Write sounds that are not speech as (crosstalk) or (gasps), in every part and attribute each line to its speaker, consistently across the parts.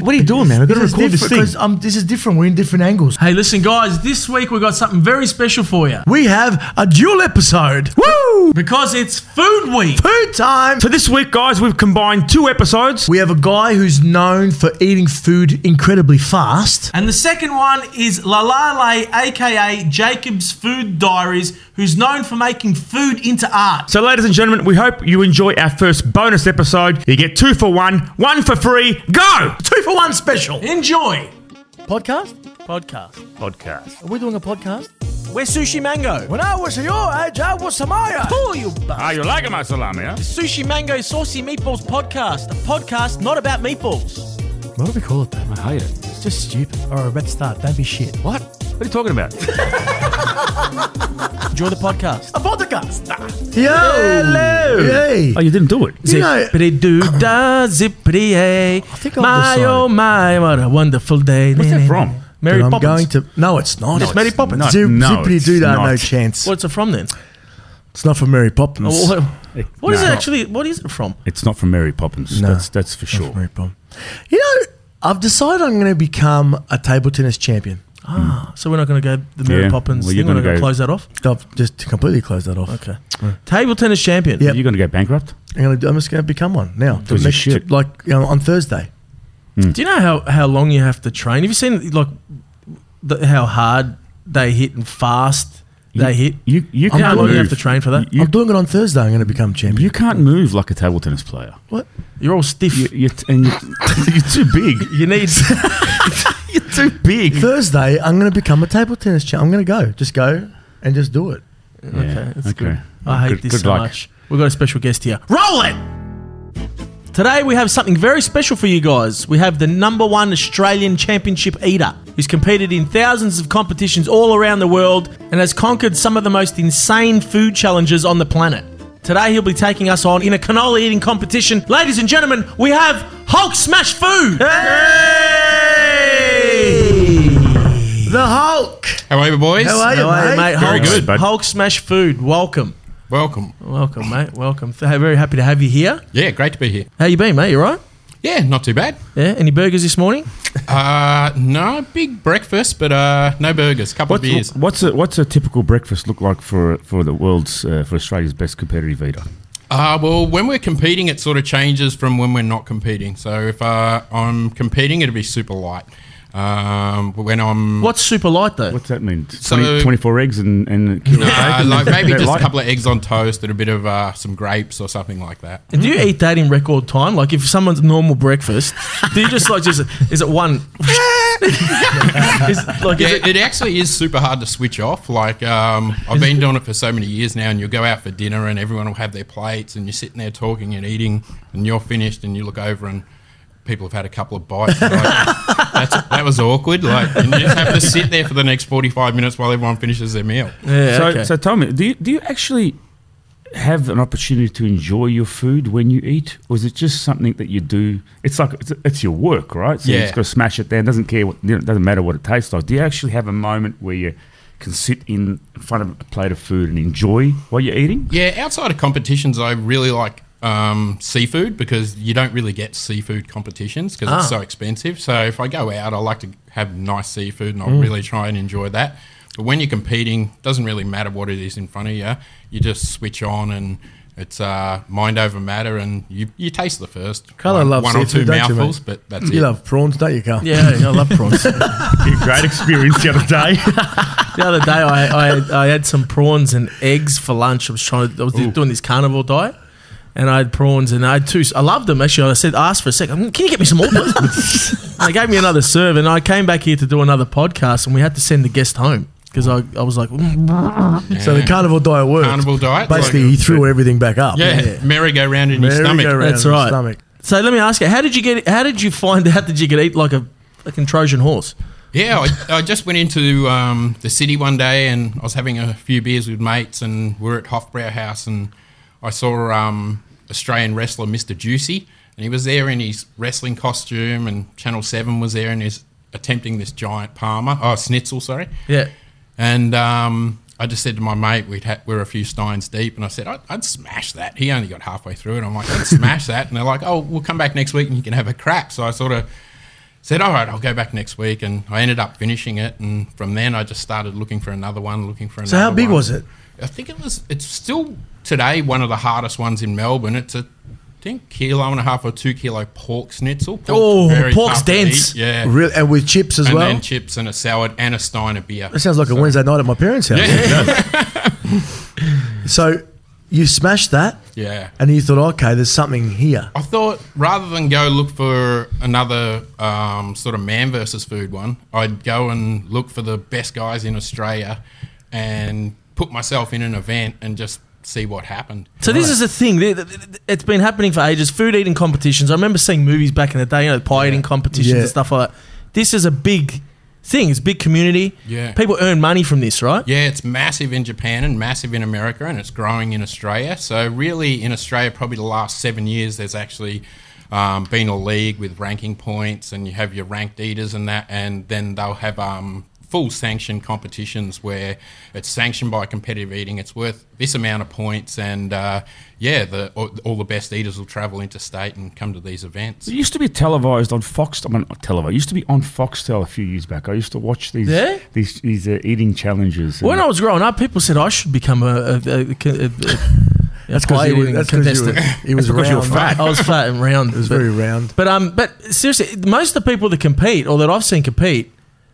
Speaker 1: What are you doing, man? I've got to
Speaker 2: This is
Speaker 1: record this
Speaker 2: different,
Speaker 1: thing.
Speaker 2: 'cause, um, this is different. We're in different angles.
Speaker 3: Hey, listen, guys, this week we got something very special for you
Speaker 2: We have a dual episode.
Speaker 1: Woo!
Speaker 3: because it's Food Week.
Speaker 2: Food time.
Speaker 1: For this week, guys, we've combined two episodes.
Speaker 2: We have a guy who's known for eating food incredibly fast.
Speaker 3: And the second one is Lalale, aka Jacob's Food Diaries, who's known for making food into art.
Speaker 1: So, ladies and gentlemen, we hope you enjoy our first bonus episode. You get two for one, one for free. Go!
Speaker 2: Two for one special.
Speaker 3: Enjoy!
Speaker 2: Podcast?
Speaker 3: Podcast.
Speaker 1: Podcast.
Speaker 2: Are we doing a podcast?
Speaker 3: We're Sushi Mango.
Speaker 2: When I was your age, I was Samaya.
Speaker 3: Oh, you
Speaker 1: Are Ah, you liking my salami, huh?
Speaker 3: Sushi Mango Saucy Meatballs Podcast. A podcast not about meatballs.
Speaker 2: What do we call it then?
Speaker 1: I hate it.
Speaker 2: It's just stupid. All right, let's start. Don't be shit.
Speaker 1: What? What are you talking about?
Speaker 3: Enjoy the podcast.
Speaker 2: A podcast. Yo.
Speaker 1: Hello.
Speaker 2: Yay.
Speaker 1: Oh, you didn't do it.
Speaker 2: (laughs) You know,
Speaker 3: do da zippity hey.
Speaker 2: think I've
Speaker 3: My oh
Speaker 2: decided.
Speaker 3: my, what a wonderful day.
Speaker 1: What's that from?
Speaker 3: Mary
Speaker 2: Dude, I'm
Speaker 3: Poppins.
Speaker 2: going to. No, it's not.
Speaker 3: It's Mary Poppins.
Speaker 1: not.
Speaker 2: Zip,
Speaker 1: No,
Speaker 2: zippity do that.
Speaker 1: it's
Speaker 2: No
Speaker 1: not.
Speaker 2: chance. Oh,
Speaker 3: What's it from then?
Speaker 2: It's not from Mary Poppins.
Speaker 3: What, what is
Speaker 1: No.
Speaker 3: it actually? What is it from?
Speaker 1: It's not from Mary Poppins.
Speaker 2: No.
Speaker 1: That's that's for sure.
Speaker 2: Not from Mary Poppins. You know, I've decided I'm going to become a table tennis champion.
Speaker 3: Ah, so we're not going to go the Mary
Speaker 1: Hmm. Yeah,
Speaker 3: Poppins
Speaker 1: well,
Speaker 3: thing.
Speaker 1: you're
Speaker 3: We're not
Speaker 1: gonna
Speaker 3: going to
Speaker 1: go-
Speaker 3: close that off.
Speaker 2: I've just completely closed that off.
Speaker 3: Okay. Table tennis champion.
Speaker 2: Yep.
Speaker 1: You're going to go bankrupt?
Speaker 2: I'm, gonna, I'm just going to become one now. The
Speaker 1: Because you
Speaker 2: next-
Speaker 1: should.
Speaker 2: Like you know, on Thursday.
Speaker 3: Do you know how, how long you have to train? Have you seen like the, how hard they hit and fast they hit?
Speaker 1: You you
Speaker 3: Do you know
Speaker 1: can't
Speaker 3: how long
Speaker 1: move.
Speaker 3: you have to train for that?
Speaker 1: You-
Speaker 2: I'm doing it on Thursday. I'm going to become champion.
Speaker 1: You can't move like a table tennis player.
Speaker 2: what?
Speaker 3: You're all stiff.
Speaker 1: You,
Speaker 3: You,
Speaker 1: you, and you, (laughs) you're too big.
Speaker 3: need.
Speaker 1: You're too big.
Speaker 2: Thursday, I'm going to become a table tennis champion. I'm going to go. Just go and just do it.
Speaker 3: okay, that's good. I hate
Speaker 1: Good-
Speaker 3: this
Speaker 1: good
Speaker 3: so
Speaker 1: luck.
Speaker 3: much. We've got a special guest here. Roll it! Today we have something very special for you guys. We have the number one Australian championship eater who's competed in thousands of competitions all around the world and has conquered some of the most insane food challenges on the planet. Today he'll be taking us on in a canola eating competition. Ladies and gentlemen, we have Hulk Smash Food!
Speaker 2: The Hulk.
Speaker 4: How are you, boys?
Speaker 2: How are you,
Speaker 3: Hello,
Speaker 2: mate?
Speaker 3: mate.
Speaker 4: Very
Speaker 3: Hulk,
Speaker 1: good, bud.
Speaker 3: Hulk Smash Food, welcome.
Speaker 4: Welcome.
Speaker 3: Welcome, mate. Welcome. Th- Very happy to have you here.
Speaker 4: Yeah, great to be here.
Speaker 3: How you been, mate? You all right?
Speaker 4: Yeah, not too bad.
Speaker 3: Yeah? Any burgers this morning?
Speaker 4: Uh, no, big breakfast, but uh, no burgers, couple of beers.
Speaker 1: What's, what's a what's a typical breakfast look like for for the world's uh, for Australia's best competitive eater?
Speaker 4: Uh, well, when we're competing, it sort of changes from when we're not competing. So if uh, I'm competing, it'll be super light. Um, but when I'm
Speaker 3: What's super light though?
Speaker 1: What's that mean? 20,
Speaker 4: So-
Speaker 1: 24 eggs and and a kilo of
Speaker 4: uh,
Speaker 1: bacon? (laughs)
Speaker 4: like maybe
Speaker 1: Is that
Speaker 4: just
Speaker 1: right?
Speaker 4: a couple of eggs on toast and a bit of uh, some grapes or something like that.
Speaker 3: And do you eat that in record time? Like if someone's normal breakfast, do you just like just is it one? (laughs) is, like
Speaker 4: Yeah,
Speaker 3: is it,
Speaker 4: it actually is super hard to switch off. Like um, I've been doing it for so many years now, and you'll go out for dinner, and everyone will have their plates, and you're sitting there talking and eating, and you're finished, and you look over, and people have had a couple of bites. and you're like, (laughs) That's, that was awkward. Like and you just have to sit there for the next 45 minutes while everyone finishes their meal.
Speaker 3: yeah,
Speaker 1: So
Speaker 3: okay.
Speaker 1: so tell me, do you, do you actually have an opportunity to enjoy your food when you eat, or is it just something that you do? It's like it's, it's your work, right? So you
Speaker 4: Yeah.
Speaker 1: just got to smash it down. Doesn't care what you know, it doesn't matter what it tastes like. Do you actually have a moment where you can sit in front of a plate of food and enjoy what you're eating?
Speaker 4: Yeah, outside of competitions, I really like um, seafood because you don't really get seafood competitions because
Speaker 2: Ah.
Speaker 4: it's so expensive. So if I go out, I like to have nice seafood and I
Speaker 2: Mm.
Speaker 4: will really try and enjoy that. But when you're competing, doesn't really matter what it is in front of you. You just switch on and it's uh, mind over matter, and you, you taste the first
Speaker 2: Carlo
Speaker 4: one,
Speaker 2: loves
Speaker 4: one
Speaker 2: seafood,
Speaker 4: or two
Speaker 2: don't you,
Speaker 4: mouthfuls,
Speaker 2: mate?
Speaker 4: but that's it.
Speaker 2: You love prawns, don't you, Carl?
Speaker 3: yeah, I love (laughs) prawns. the
Speaker 1: Great (laughs) experience the other day. (laughs)
Speaker 3: other day, I, I I had some prawns and eggs for lunch. I was trying to, I was doing this carnivore diet. And I had prawns, and I had two. I loved them actually. I said, asked for a second. Can you get me some more? (laughs) please?" and they gave me another serve, and I came back here to do another podcast, and we had to send the guest home because I, I was like, "Mm,
Speaker 2: So the carnival diet worked.
Speaker 4: Carnival diet,
Speaker 2: Basically,
Speaker 4: like-
Speaker 2: he threw everything back up.
Speaker 4: yeah, merry-go-round in your stomach.
Speaker 2: Merry-go-round
Speaker 3: That's
Speaker 2: in the
Speaker 3: right.
Speaker 2: Stomach.
Speaker 3: So let me ask you, how did you get? How did you find out that you could eat like a fucking Trojan horse?
Speaker 4: Yeah, I, I just went into um, the city one day and I was having a few beers with mates, and we we're at Hofbrau House, and I saw um, Australian wrestler Mr. Juicy, and he was there in his wrestling costume, and Channel Seven was there, and he's attempting this giant Palmer, oh Snitzel, sorry,
Speaker 3: Yeah.
Speaker 4: and um, I just said to my mate, we'd ha- we were a few steins deep, and I said, I'd, I'd smash that. He only got halfway through it. I'm like, I'd smash that. And they're like, oh, we'll come back next week and you can have a crack. So I sort of said, all right, I'll go back next week. And I ended up finishing it. And from then, I just started looking for another one, looking for another
Speaker 2: So how big
Speaker 4: one.
Speaker 2: was it?
Speaker 4: I think it was, it's still today one of the hardest ones in Melbourne. It's a, I think, kilo and a half or two kilo pork schnitzel. Pork's
Speaker 3: Oh,
Speaker 4: very
Speaker 3: pork's
Speaker 4: tough to
Speaker 3: dense.
Speaker 4: eat, Yeah.
Speaker 2: Really, and with chips as
Speaker 4: and
Speaker 2: well.
Speaker 4: then chips and a salad and a stein of beer.
Speaker 2: That sounds like a Wednesday night at my parents' house.
Speaker 4: (laughs)
Speaker 2: so you smashed that,
Speaker 4: Yeah.
Speaker 2: and you thought, okay, there's something here.
Speaker 4: I thought rather than go look for another um, sort of man versus food one, I'd go and look for the best guys in Australia and put myself in an event and just see what happened.
Speaker 3: So this is a thing. th- th- th- It's been happening for ages. Food eating competitions. I remember seeing movies back in the day, you know, pie eating competitions
Speaker 2: Yeah.
Speaker 3: and stuff like that. This is a big thing. It's a big community.
Speaker 4: Yeah.
Speaker 3: People earn money from this, right?
Speaker 4: Yeah, it's massive in Japan and massive in America, and it's growing in Australia. So, really, in Australia, probably the last seven years, there's actually um, been a league with ranking points, and you have your ranked eaters and that, and then they'll have um, full sanctioned competitions where it's sanctioned by competitive eating. It's worth this amount of points, and uh, yeah, the, all, all the best eaters will travel interstate and come to these events.
Speaker 1: It used to be televised on Fox. I mean, not televised. It used to be on Foxtel a few years back. I used to watch these
Speaker 3: Yeah?
Speaker 1: these these uh, eating challenges.
Speaker 3: When
Speaker 1: And-
Speaker 3: I was growing up, people said I should become a, a, a, a, a that's
Speaker 2: Because you were- (laughs) that's 'cause you were- It was
Speaker 1: because you were
Speaker 2: round.
Speaker 3: (laughs)
Speaker 1: fat.
Speaker 3: I was fat and round.
Speaker 2: It was very round.
Speaker 3: But um, but seriously, most of the people that compete or that I've seen compete,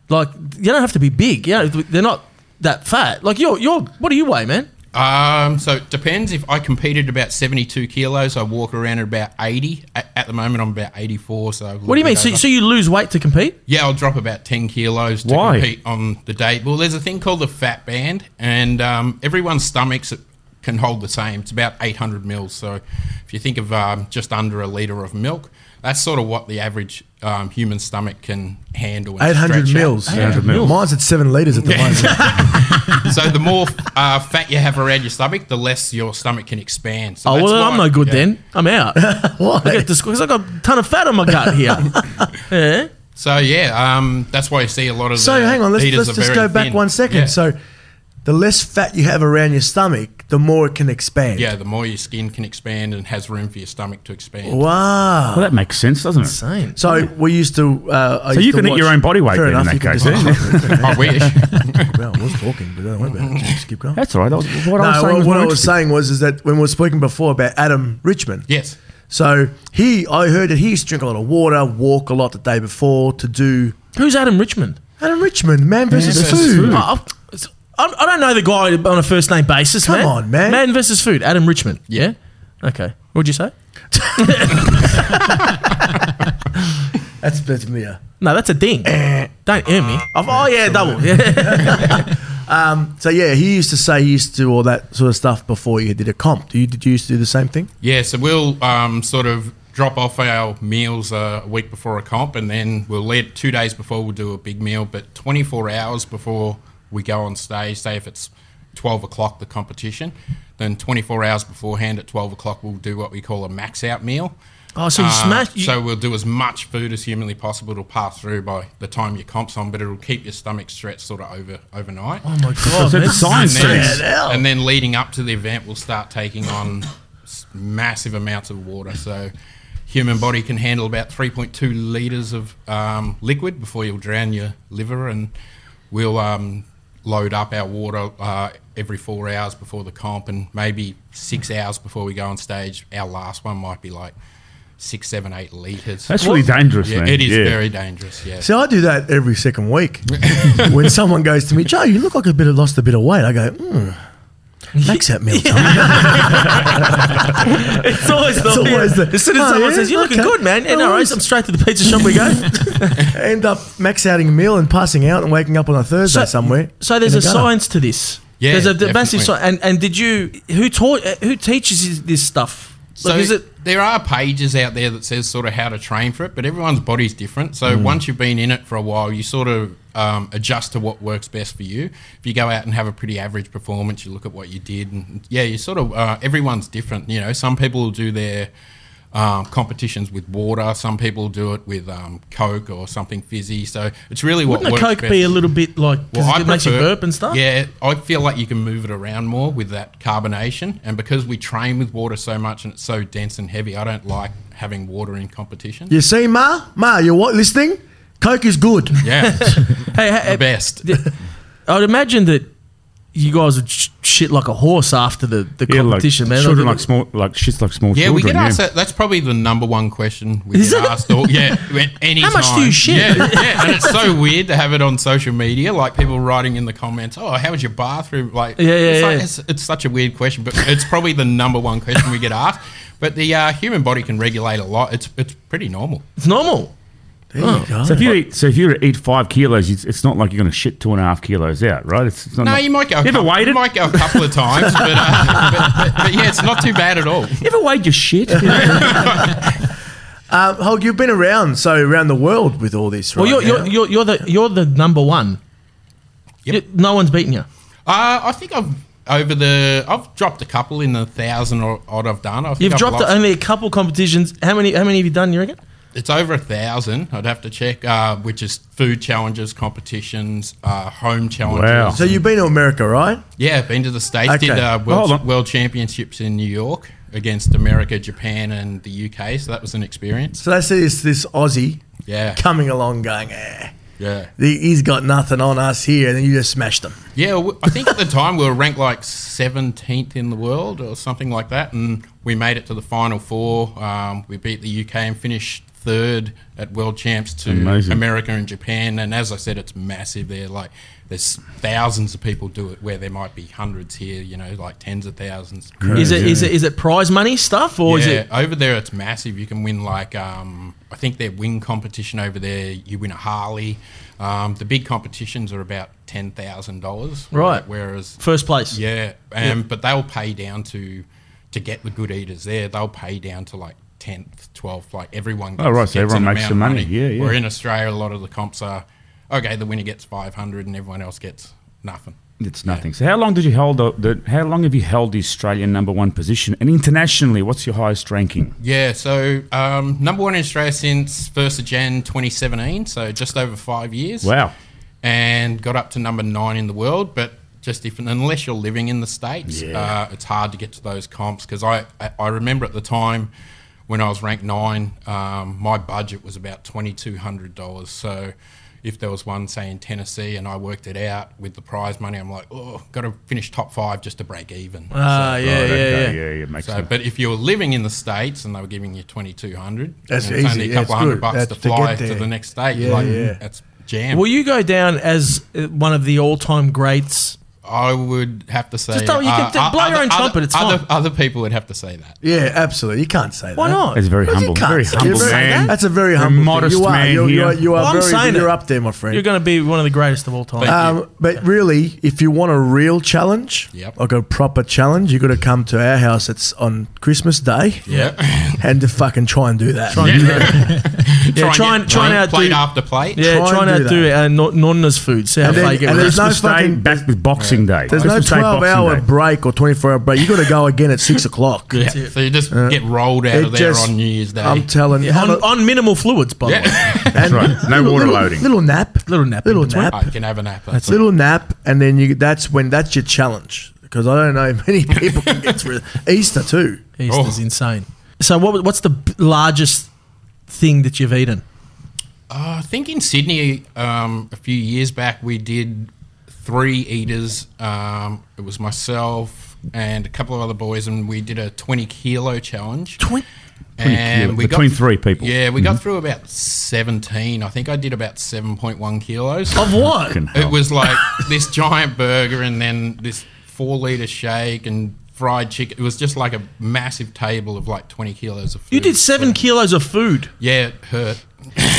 Speaker 3: like you don't have to be big. You know, they're not that fat. Like you're you're what do you weigh, man?
Speaker 4: Um, so it depends. If I competed about seventy-two kilos, I walk around at about eighty. At, at the moment, I'm about eighty-four. So a little
Speaker 3: What do you
Speaker 4: bit
Speaker 3: mean? So,
Speaker 4: over.
Speaker 3: so you lose weight to compete?
Speaker 4: yeah, I'll drop about ten kilos to
Speaker 1: Why?
Speaker 4: compete on the date. Well, there's a thing called the fat band, and um, everyone's stomachs can hold the same. It's about eight hundred mils. So if you think of um, just under a liter of milk, that's sort of what the average um, human stomach can handle. and
Speaker 2: Eight hundred
Speaker 4: stretch out.
Speaker 2: mils.
Speaker 1: 800 mils.
Speaker 2: Mine's at seven liters at the moment.
Speaker 4: (laughs) So the more uh, fat you have around your stomach, the less your stomach can expand. So
Speaker 3: Oh
Speaker 4: that's
Speaker 3: well, I'm
Speaker 4: why-
Speaker 3: no good
Speaker 4: yeah.
Speaker 3: then. I'm (laughs) out. I
Speaker 2: Why?
Speaker 3: get this because I got a ton of fat on my gut (laughs) here. yeah.
Speaker 4: So yeah, um, that's why you see a lot of.
Speaker 2: So
Speaker 4: the
Speaker 2: hang on, let's,
Speaker 4: leaders
Speaker 2: let's
Speaker 4: are
Speaker 2: just
Speaker 4: very
Speaker 2: go back
Speaker 4: thin.
Speaker 2: one second.
Speaker 4: Yeah.
Speaker 2: So the less fat you have around your stomach, the more it can expand.
Speaker 4: yeah, the more your skin can expand and has room for your stomach to
Speaker 2: Wow.
Speaker 4: expand.
Speaker 1: well, Oh, that makes sense, doesn't it?
Speaker 3: Same.
Speaker 2: So we used to. Uh, I
Speaker 1: So
Speaker 2: used
Speaker 1: you
Speaker 2: to
Speaker 1: can eat
Speaker 2: watch-
Speaker 1: your own body weight
Speaker 2: Fair
Speaker 1: then in
Speaker 2: enough.
Speaker 1: that
Speaker 2: you can
Speaker 1: case,
Speaker 4: (laughs)
Speaker 2: just-
Speaker 4: I wish.
Speaker 2: (laughs) well, I was talking, but I don't worry about it. Just keep going.
Speaker 1: That's all right. That was, what I was
Speaker 2: no,
Speaker 1: saying
Speaker 2: well,
Speaker 1: was
Speaker 2: what
Speaker 1: more
Speaker 2: I was
Speaker 1: interesting.
Speaker 2: saying was is that when we were speaking before about Adam Richmond.
Speaker 4: yes.
Speaker 2: So he, I heard that he used to drink a lot of water, walk a lot the day before to do
Speaker 3: Who's Adam Richmond?
Speaker 2: Adam Richmond, man versus
Speaker 4: versus
Speaker 2: food.
Speaker 1: food.
Speaker 3: Oh, I'll- it's- I'm- I don't know the guy on a first name basis.
Speaker 2: Come
Speaker 3: man.
Speaker 2: on, man.
Speaker 3: Man versus food. Adam Richmond. Yeah. Okay. What'd you say?
Speaker 2: That's better me. yeah.
Speaker 3: No, that's a ding. don't hear me. Eh. I've, oh yeah, double. (laughs) Yeah.
Speaker 2: Um, So yeah, he used to say he used to do all that sort of stuff before you did a comp. Do you did you used to do the same thing?
Speaker 4: Yeah. So we'll um, sort of drop off our meals uh, a week before a comp, and then we'll let two days before we'll do a big meal, but 24 hours before we go on stage. Say if it's 12 o'clock the competition, then 24 hours beforehand at 12 o'clock we'll do what we call a max out meal.
Speaker 3: Oh, so you
Speaker 4: Uh,
Speaker 3: smash. You,
Speaker 4: so we'll do as much food as humanly possible to pass through by the time your comp's on, but it'll keep your stomach stretched sort of over overnight.
Speaker 3: oh my god,
Speaker 1: So
Speaker 3: man.
Speaker 1: the science
Speaker 4: and, then,
Speaker 1: says-
Speaker 4: and then leading up to the event, we'll start taking on s- massive amounts of water. So human body can handle about 3.2 liters of um, liquid before you'll drown your liver, and we'll um, load up our water. Uh, Every four hours before the comp, and maybe six hours before we go on stage, our last one might be like six, seven, eight liters.
Speaker 1: That's really dangerous,
Speaker 4: Yeah,
Speaker 1: man.
Speaker 4: it is
Speaker 1: yeah.
Speaker 4: very dangerous. Yeah.
Speaker 2: See, I do that every second week. (laughs) when someone goes to me, Joe, you look like a bit of lost a bit of weight. I go, hmm. Max out meal. (laughs)
Speaker 3: It's always the.
Speaker 2: It's always the-
Speaker 3: as soon as
Speaker 2: Oh,
Speaker 3: someone
Speaker 2: yeah?
Speaker 3: says you're looking
Speaker 2: Okay.
Speaker 3: good, man, yeah,
Speaker 2: No
Speaker 3: no
Speaker 2: worries.
Speaker 3: worries. I'm straight to the pizza shop we go.
Speaker 2: (laughs) End up max outing a meal and passing out and waking up on a Thursday somewhere.
Speaker 3: So there's
Speaker 2: in
Speaker 3: a
Speaker 2: gutter.
Speaker 3: science to this.
Speaker 4: Yeah,
Speaker 3: there's a d- massive
Speaker 4: definitely.
Speaker 3: science. And and did you who taught uh, who teaches this stuff?
Speaker 4: So
Speaker 3: Like, is it
Speaker 4: there are pages out there that says sort of how to train for it, but everyone's body's different.
Speaker 3: Mm.
Speaker 4: So once you've been in it for a while, you sort of um, adjust to what works best for you. If you go out and have a pretty average performance, you look at what you did, and yeah, you sort of uh, everyone's different. You know, some people will do their um, competitions with water. Some people do it with um, Coke or something fizzy. So it's really what
Speaker 3: Wouldn't a
Speaker 4: works
Speaker 3: Coke
Speaker 4: best.
Speaker 3: be a little bit like because it makes you
Speaker 4: prefer-
Speaker 3: burp and stuff?
Speaker 4: Yeah, I feel like you can move it around more with that carbonation, and because we train with water so much and it's so dense and heavy, I don't like having water in competition.
Speaker 2: You see, Ma, Ma, you what listening? Coke is good.
Speaker 3: (laughs)
Speaker 4: Yeah,
Speaker 3: Hey, hey,
Speaker 4: the best.
Speaker 3: I'd imagine that you guys would sh- shit like a horse after the, the
Speaker 1: Yeah, like
Speaker 3: competition, man.
Speaker 1: children
Speaker 3: Like,
Speaker 1: like small, like shits like small
Speaker 4: Yeah,
Speaker 1: children.
Speaker 4: we get asked that. That's probably the number one question we
Speaker 3: Is
Speaker 4: get
Speaker 3: it?
Speaker 4: asked. All, yeah, at
Speaker 3: (laughs)
Speaker 4: any
Speaker 3: How much do
Speaker 4: time.
Speaker 3: you shit?
Speaker 4: Yeah, yeah, and it's so weird to have it on social media. Like people writing in the comments, "Oh, how was your bathroom?" Like,
Speaker 3: Yeah, yeah,
Speaker 4: it's,
Speaker 3: yeah.
Speaker 4: Like, it's, it's such a weird question, but it's probably the number one question we get asked. But the uh, human body can regulate a lot. It's it's pretty normal.
Speaker 3: it's normal.
Speaker 2: There
Speaker 3: Oh.
Speaker 2: you go.
Speaker 1: So if you eat, so if you were to eat five kilos, it's, it's not like you're going to shit two and a half kilos out, right? It's, it's not,
Speaker 4: No,
Speaker 1: not-
Speaker 4: you might go. A
Speaker 1: You ever
Speaker 4: couple,
Speaker 1: weighed
Speaker 4: You
Speaker 1: it?
Speaker 4: might go a couple of times, but, uh, but, but, but yeah, it's not too bad at all.
Speaker 1: You ever weighed your
Speaker 4: (laughs)
Speaker 1: shit?
Speaker 2: uh, Hulk, you've been around, so around the world with all this, right?
Speaker 3: Well, you're,
Speaker 2: now.
Speaker 3: you're, you're, you're the you're the number one.
Speaker 4: Yep.
Speaker 3: You- no one's beaten you.
Speaker 4: Uh, I think I've over the I've dropped a couple in the thousand or odd I've done. I think
Speaker 3: You've
Speaker 4: I've
Speaker 3: dropped
Speaker 4: lost-
Speaker 3: only a couple competitions. How many how many have you done? You reckon?
Speaker 4: It's over a thousand. I'd have to check, uh, which is food challenges, competitions, uh, home challenges.
Speaker 1: Wow.
Speaker 2: so you've been to America, right?
Speaker 4: Yeah, been to the states.
Speaker 2: Okay.
Speaker 4: Did uh,
Speaker 1: Hold
Speaker 4: world,
Speaker 1: on.
Speaker 4: world championships in New York against America, Japan, and the UK. So that was an experience.
Speaker 2: So they see this this Aussie
Speaker 4: Yeah,
Speaker 2: coming along, going, eh,
Speaker 4: yeah,
Speaker 2: he- he's got nothing on us here, and then you just smash them.
Speaker 4: yeah. w- I think at the time we were ranked like seventeenth in the world or something like that, and we made it to the final four. Um, we beat the UK and finished third at world champs to
Speaker 1: Amazing.
Speaker 4: America and Japan. And as I said, it's massive there. Like there's thousands of people do it where there might be hundreds here, you know, like tens of thousands.
Speaker 3: Is it is it is it prize money stuff or is
Speaker 4: yeah,
Speaker 3: it?
Speaker 4: over there it's massive. You can win like um, I think their wing competition over there. You win a Harley. Um, the big competitions are about ten thousand dollars,
Speaker 3: Right.
Speaker 4: Whereas
Speaker 3: First place.
Speaker 4: yeah, um, but they'll pay down to to get the good eaters there. They'll pay down to like tenth, twelfth. Like everyone. Gets,
Speaker 1: Oh, right, so
Speaker 4: gets
Speaker 1: everyone
Speaker 4: an
Speaker 1: makes
Speaker 4: amount
Speaker 1: some money.
Speaker 4: of
Speaker 1: Yeah, yeah.
Speaker 4: Where in Australia, a lot of the comps are okay. The winner gets five hundred, and everyone else gets nothing.
Speaker 1: it's nothing. So how long did you hold the, the? How long have you held the Australian number one position? And internationally, what's your highest ranking?
Speaker 4: Yeah, so um, number one in Australia since 1st of Jan 2017, so just over five years.
Speaker 1: Wow.
Speaker 4: And got up to number nine in the world, but just if, unless you're living in the States, uh, it's hard to get to those comps because I, I, I remember at the time when I was ranked nine, um, my budget was about $2,200. So if there was one, say, in Tennessee and I worked it out with the prize money, I'm like, oh, got to finish top five just to break even.
Speaker 3: Ah, yeah,
Speaker 1: Right,
Speaker 3: yeah,
Speaker 1: Oh, okay,
Speaker 3: yeah.
Speaker 1: yeah, yeah, makes
Speaker 4: So,
Speaker 1: sense.
Speaker 4: but if you were living in the states and they were giving you twenty two hundred,
Speaker 2: That's
Speaker 4: it's
Speaker 2: easy.
Speaker 4: only a
Speaker 2: Yeah, it's
Speaker 4: couple hundred
Speaker 2: good.
Speaker 4: bucks
Speaker 2: That's
Speaker 4: to
Speaker 2: to get
Speaker 4: fly to,
Speaker 2: there.
Speaker 4: the next state.
Speaker 2: Yeah,
Speaker 4: like,
Speaker 2: yeah.
Speaker 4: That's jam.
Speaker 3: Will you go down as uh, one of the all time greats?
Speaker 4: I would have to say, uh,
Speaker 3: Just tell- you can t- blow your own trumpet, it's
Speaker 4: other,
Speaker 3: fine.
Speaker 4: other people would have to say that.
Speaker 2: Yeah, absolutely. You can't say that.
Speaker 3: Why not?
Speaker 1: It's very
Speaker 2: You
Speaker 1: humble,
Speaker 2: can't
Speaker 1: very
Speaker 2: say-
Speaker 1: humble
Speaker 2: you're very-
Speaker 1: man.
Speaker 2: That's a very
Speaker 1: Very
Speaker 2: humble. thing.
Speaker 1: modest
Speaker 2: you are,
Speaker 1: man
Speaker 2: You're, you're,
Speaker 1: here.
Speaker 2: you are
Speaker 3: Well, I'm
Speaker 2: very.
Speaker 3: saying
Speaker 2: you're
Speaker 3: it.
Speaker 2: up there, my friend.
Speaker 3: You're going to be one of the greatest of all time.
Speaker 4: Thank you.
Speaker 2: Um, but really, if you want a real challenge,
Speaker 4: Yep.
Speaker 2: like a proper challenge, you got to come to our house. It's on Christmas Day,
Speaker 4: (laughs) Yeah,
Speaker 2: and to fucking try and do that.
Speaker 3: yeah, try and try and outdo.
Speaker 4: plate, plate after plate.
Speaker 3: yeah,
Speaker 2: Try
Speaker 3: try
Speaker 2: and
Speaker 3: and
Speaker 2: do
Speaker 3: outdo uh, no- Nonna's food. See how
Speaker 2: And
Speaker 3: far
Speaker 2: then-
Speaker 3: you get.
Speaker 2: and
Speaker 3: with
Speaker 2: there's
Speaker 3: that.
Speaker 2: no
Speaker 1: Christmas Day,
Speaker 2: fucking-
Speaker 1: back with Boxing Day.
Speaker 2: There's
Speaker 1: Christmas Day,
Speaker 2: no 12
Speaker 1: Boxing
Speaker 2: hour
Speaker 1: Day.
Speaker 2: break or 24 hour break. You got to go again at six o'clock.
Speaker 4: Yeah. So you just
Speaker 3: Uh,
Speaker 4: get rolled out
Speaker 2: It
Speaker 4: of there
Speaker 2: just-
Speaker 4: on New Year's Day.
Speaker 2: I'm telling you.
Speaker 3: on,
Speaker 2: have a-
Speaker 3: on minimal fluids, by the way.
Speaker 4: (laughs)
Speaker 2: and
Speaker 1: right. No water
Speaker 2: little,
Speaker 1: loading.
Speaker 2: Little nap.
Speaker 3: Little nap in
Speaker 2: Little
Speaker 3: between.
Speaker 2: nap.
Speaker 4: I can have an apple.
Speaker 2: little nap, and then you that's when that's your challenge. Because I don't know (laughs) many people can get through Easter too.
Speaker 3: Easter's
Speaker 4: Oh.
Speaker 3: insane. So what? What's the b- largest thing that you've eaten?
Speaker 4: Uh, I think in Sydney um, a few years back we did three eaters. Um, it was myself and a couple of other boys, and we did a twenty kilo challenge.
Speaker 3: 20
Speaker 1: kilo- between three people.
Speaker 4: Yeah, we
Speaker 3: Mm-hmm.
Speaker 4: got through about seventeen. I think I did about seven point one kilos.
Speaker 3: Of what?
Speaker 1: Fucking
Speaker 4: It
Speaker 1: hell.
Speaker 4: was
Speaker 3: (laughs)
Speaker 4: like this giant burger and then this four liter shake and fried chicken. It was just like a massive table of like twenty kilos of food.
Speaker 3: You did seven kilos of food.
Speaker 4: Yeah, it hurt.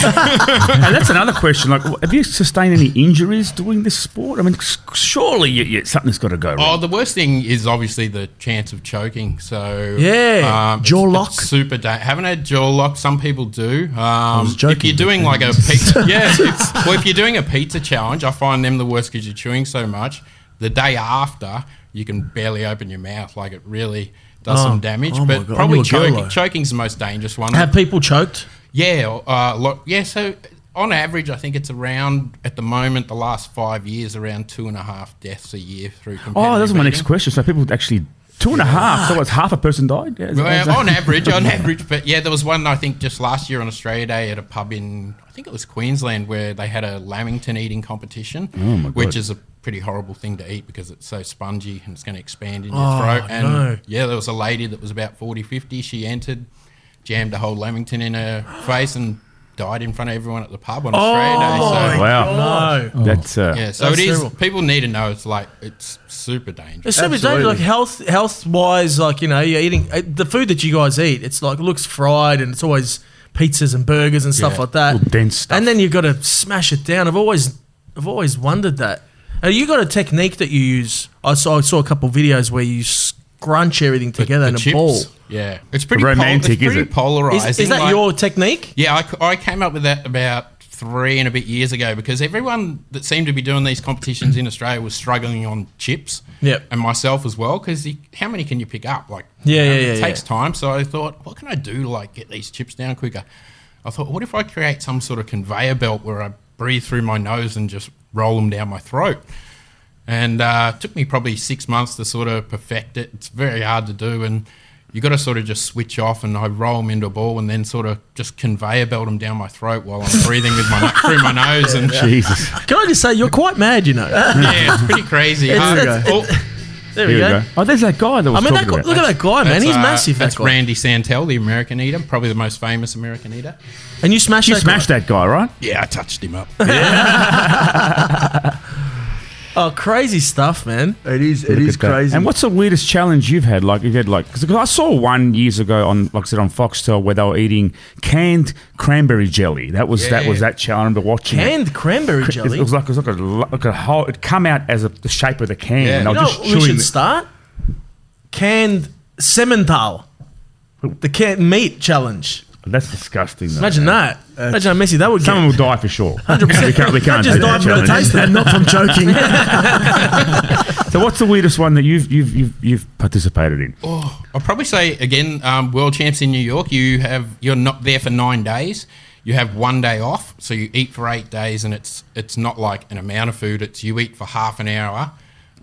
Speaker 1: And that's another question. Like, have you sustained any injuries doing this sport? I mean, s- surely you, you, something's got to go
Speaker 4: Oh,
Speaker 1: wrong.
Speaker 4: the worst thing is obviously the chance of choking. So
Speaker 3: Yeah.
Speaker 4: um,
Speaker 2: Jaw
Speaker 4: it's-
Speaker 2: lock?
Speaker 4: it's super. Da- haven't had jaw lock. Some people do. Um,
Speaker 2: was
Speaker 4: If
Speaker 2: joking.
Speaker 4: you're doing like a
Speaker 2: (laughs)
Speaker 4: pizza, yeah. if- well, if you're doing a pizza challenge, I find them the worst because you're chewing so much. The day after, you can barely open your mouth. Like it really does
Speaker 2: Oh.
Speaker 4: some damage.
Speaker 2: Oh my
Speaker 4: but
Speaker 2: God. I
Speaker 4: probably
Speaker 2: knew a girl,
Speaker 4: choking,
Speaker 2: though.
Speaker 4: choking's the most dangerous one.
Speaker 3: Have people choked?
Speaker 4: Yeah, uh, lot, yeah. So on average, I think it's around at the moment the last five years around two and a half deaths a year through.
Speaker 1: Oh,
Speaker 4: competitive
Speaker 1: that was my next
Speaker 4: eating.
Speaker 1: question. So people actually two and a half. So it's half a person died. Yeah, is- is-
Speaker 4: Well, on average, on average, but yeah, there was one I think just last year on Australia Day at a pub in I think it was Queensland where they had a lamington eating competition,
Speaker 1: my
Speaker 4: which
Speaker 1: God.
Speaker 4: is a pretty horrible thing to eat because it's so spongy and it's going to expand in your
Speaker 2: Oh,
Speaker 4: throat. And
Speaker 2: no.
Speaker 4: yeah, there was a lady that was about 40, 50. She entered, jammed a whole lamington in her face, and died in front of everyone at the pub on Australia Day. So-
Speaker 2: my
Speaker 1: Wow.
Speaker 2: God.
Speaker 1: That's uh,
Speaker 4: Yeah, so
Speaker 3: That's
Speaker 4: it is.
Speaker 3: terrible.
Speaker 4: People need to know it's like it's super dangerous.
Speaker 3: It's super dangerous.
Speaker 2: Absolutely.
Speaker 3: Like health, health wise, like you know, you're eating uh, the food that you guys eat. It's like looks fried, and it's always pizzas and burgers and stuff
Speaker 4: Yeah.
Speaker 3: like that.
Speaker 1: All dense stuff.
Speaker 3: And then you've got to smash it down. I've always, I've always wondered that. Now, you got a technique that you use. I saw, I saw a couple videos where you scrunch everything
Speaker 4: The-
Speaker 3: together
Speaker 4: the
Speaker 3: in a
Speaker 4: chips,
Speaker 3: ball.
Speaker 4: Yeah, it's pretty
Speaker 1: Romantic, is
Speaker 4: Pol- it's pretty
Speaker 1: it?
Speaker 4: Polarizing.
Speaker 3: Is, is that
Speaker 4: like-
Speaker 3: your technique?
Speaker 4: Yeah, I c- I, came up with that about three and a bit years ago because everyone that seemed to be doing these competitions in Australia was struggling on chips.
Speaker 3: Yep.
Speaker 4: And myself as well, because how many can you pick up? Like,
Speaker 3: Yeah,
Speaker 4: you know,
Speaker 3: yeah, yeah,
Speaker 4: Um, It
Speaker 3: yeah.
Speaker 4: takes time. So I thought, what can I do to like get these chips down quicker? I thought, what if I create some sort of conveyor belt where I breathe through my nose and just roll them down my throat? and uh, it took me probably six months to sort of perfect it. It's very hard to do, and you got to sort of just switch off. And I roll them into a ball, and then sort of just conveyor belt them down my throat while I'm breathing with my no- through my nose. And (laughs) yeah,
Speaker 1: Jesus.
Speaker 3: Can I just say you're quite mad? You know.
Speaker 4: it's pretty crazy.
Speaker 3: It's-
Speaker 4: Uh,
Speaker 3: that's-
Speaker 4: oh,
Speaker 3: (laughs) there
Speaker 1: Here
Speaker 3: we
Speaker 1: we
Speaker 3: go.
Speaker 1: go. Oh, there's that guy that was
Speaker 3: I mean, that,
Speaker 1: talking
Speaker 3: guy-
Speaker 1: about.
Speaker 3: look at that guy, Oh, man.
Speaker 4: that's,
Speaker 3: He's
Speaker 4: uh,
Speaker 3: massive. That
Speaker 4: That's
Speaker 3: guy.
Speaker 4: Randy Santel, the American eater, probably the most famous American eater.
Speaker 3: And you smash
Speaker 1: you
Speaker 3: that.
Speaker 1: smashed
Speaker 3: guy.
Speaker 1: that guy, right?
Speaker 4: Yeah, I touched him up.
Speaker 3: Oh, crazy stuff, man.
Speaker 2: It is. It
Speaker 1: Look
Speaker 2: is
Speaker 1: at that.
Speaker 2: crazy.
Speaker 1: And what's the weirdest challenge you've had? Like you've had like because I saw one years ago on like I said on Foxtel where they were eating canned cranberry jelly. That was that
Speaker 4: Yeah.
Speaker 1: was that challenge. I remember watching. it.
Speaker 3: Canned cranberry
Speaker 1: It
Speaker 3: jelly.
Speaker 1: was like it was like a, like a whole. It come out as a, the shape of the can.
Speaker 4: Yeah.
Speaker 1: And I was
Speaker 4: You
Speaker 3: You know,
Speaker 1: just
Speaker 3: we
Speaker 1: chewing.
Speaker 3: should
Speaker 1: it.
Speaker 3: start canned Semental. The canned meat challenge.
Speaker 1: That's disgusting. Though,
Speaker 3: Imagine
Speaker 1: man.
Speaker 3: that. Imagine how messy that would
Speaker 1: Someone
Speaker 3: get.
Speaker 1: will die for sure. We can't. We can't
Speaker 3: Just
Speaker 1: do
Speaker 3: die
Speaker 1: that
Speaker 3: from the
Speaker 1: challenge.
Speaker 3: taste
Speaker 2: and not from joking.
Speaker 1: So what's the weirdest one that you've you've you've, you've participated in?
Speaker 4: (laughs) Oh, I'll probably say again, um, world champs in New York. You have you're not there for nine days. You have one day off, so you eat for eight days, and it's it's not like an amount of food. It's you eat for half an hour,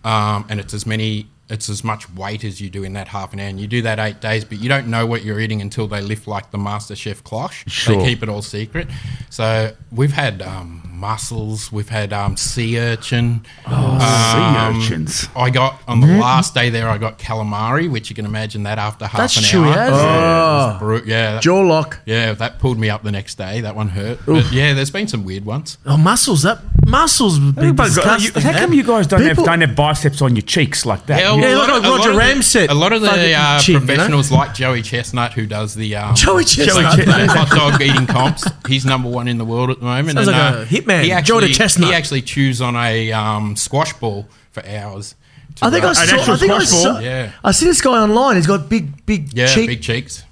Speaker 4: um, and it's as many it's as much weight as you do in that half an hour. And you do that eight days, but you don't know what you're eating until they lift like the Master Chef cloche.
Speaker 1: Sure.
Speaker 4: They keep it all secret. So we've had um, mussels, we've had um, sea urchin. um,
Speaker 1: sea urchins.
Speaker 4: I got on the last day there. I got calamari, which you can imagine that after half
Speaker 3: That's
Speaker 4: an
Speaker 3: chewy
Speaker 4: hour.
Speaker 3: as.
Speaker 4: Yeah, it
Speaker 2: Oh.
Speaker 3: Oh.
Speaker 4: was bru- yeah, that,
Speaker 2: Jaw lock.
Speaker 4: yeah, that pulled me up the next day. That one hurt. But yeah, there's been some weird ones.
Speaker 3: Oh, muscles. That muscles would be
Speaker 1: Everybody's got-
Speaker 3: disgusting.
Speaker 1: how come
Speaker 3: man.
Speaker 1: you guys don't
Speaker 2: People-
Speaker 1: have don't have biceps on your cheeks like that?
Speaker 4: well,
Speaker 1: You-
Speaker 3: yeah,
Speaker 4: a
Speaker 3: look
Speaker 4: lot-
Speaker 3: like
Speaker 4: a lot
Speaker 3: Roger
Speaker 4: of the-
Speaker 3: Ramsey.
Speaker 4: A lot of
Speaker 3: Fucking
Speaker 4: the uh,
Speaker 3: chin, you know?
Speaker 4: professionals, like Joey Chestnut, who does the um,
Speaker 2: Joey Chestnut.
Speaker 4: Joey Chestnut hot dog eating comps. He's number one in the world at the moment.
Speaker 3: Sounds like a hitman, Joey Chestnut.
Speaker 4: He actually chews on a um, squash ball for hours. to
Speaker 2: I think I
Speaker 4: roast.
Speaker 2: saw. I think I
Speaker 1: squash ball?
Speaker 2: saw.
Speaker 4: Yeah.
Speaker 2: I see this guy online. He's got big, big
Speaker 4: yeah,
Speaker 2: cheek
Speaker 4: big cheeks.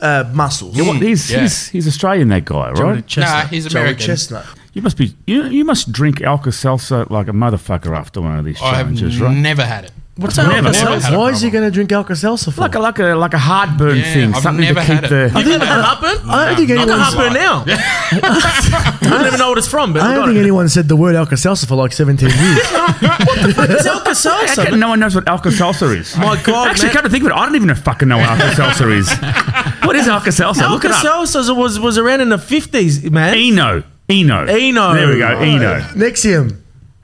Speaker 2: uh, muscles.
Speaker 4: Yeah,
Speaker 1: (coughs)
Speaker 4: what-
Speaker 1: He's,
Speaker 4: Yeah.
Speaker 1: he's he's Australian, that guy, right?
Speaker 4: Nah, he's
Speaker 2: Joey
Speaker 4: American.
Speaker 2: Chestnut.
Speaker 1: You must be you, you must drink Alka Seltzer like a motherfucker after one of these
Speaker 4: I have
Speaker 1: challenges, right?
Speaker 4: never had it.
Speaker 3: What's that?
Speaker 1: Never.
Speaker 3: Never.
Speaker 4: Never.
Speaker 3: Had
Speaker 4: had a
Speaker 2: Why is he
Speaker 4: problem.
Speaker 2: going to drink Alka-Seltzer for?
Speaker 1: Like a like a like a heartburn
Speaker 4: Yeah,
Speaker 1: thing,
Speaker 4: I've
Speaker 1: something to
Speaker 4: never
Speaker 1: keep
Speaker 4: had it.
Speaker 1: the. (laughs)
Speaker 4: You've
Speaker 3: you ever had heartburn?
Speaker 2: I don't think
Speaker 4: No,
Speaker 3: I got
Speaker 2: anyone.
Speaker 4: anyone's-
Speaker 3: heartburn now. (laughs) I don't even know what it's from, but
Speaker 2: I
Speaker 3: I
Speaker 2: don't
Speaker 3: got
Speaker 2: think
Speaker 3: it.
Speaker 2: anyone said the word Alka-Seltzer for like (laughs) 17 years.
Speaker 3: It's Alka-Seltzer.
Speaker 1: no one knows what Alka Seltzer
Speaker 4: (laughs)
Speaker 1: is.
Speaker 3: My God,
Speaker 1: Actually,
Speaker 3: man.
Speaker 1: come to think of it, I don't even know fucking know what Alka Seltzer is. What is Alka Seltzer? Look it up.
Speaker 3: Alka-Seltzer was, was around in the 50s, man.
Speaker 1: Eno. Eno.
Speaker 3: Eno.
Speaker 1: There we go. Eno.
Speaker 2: Nexium.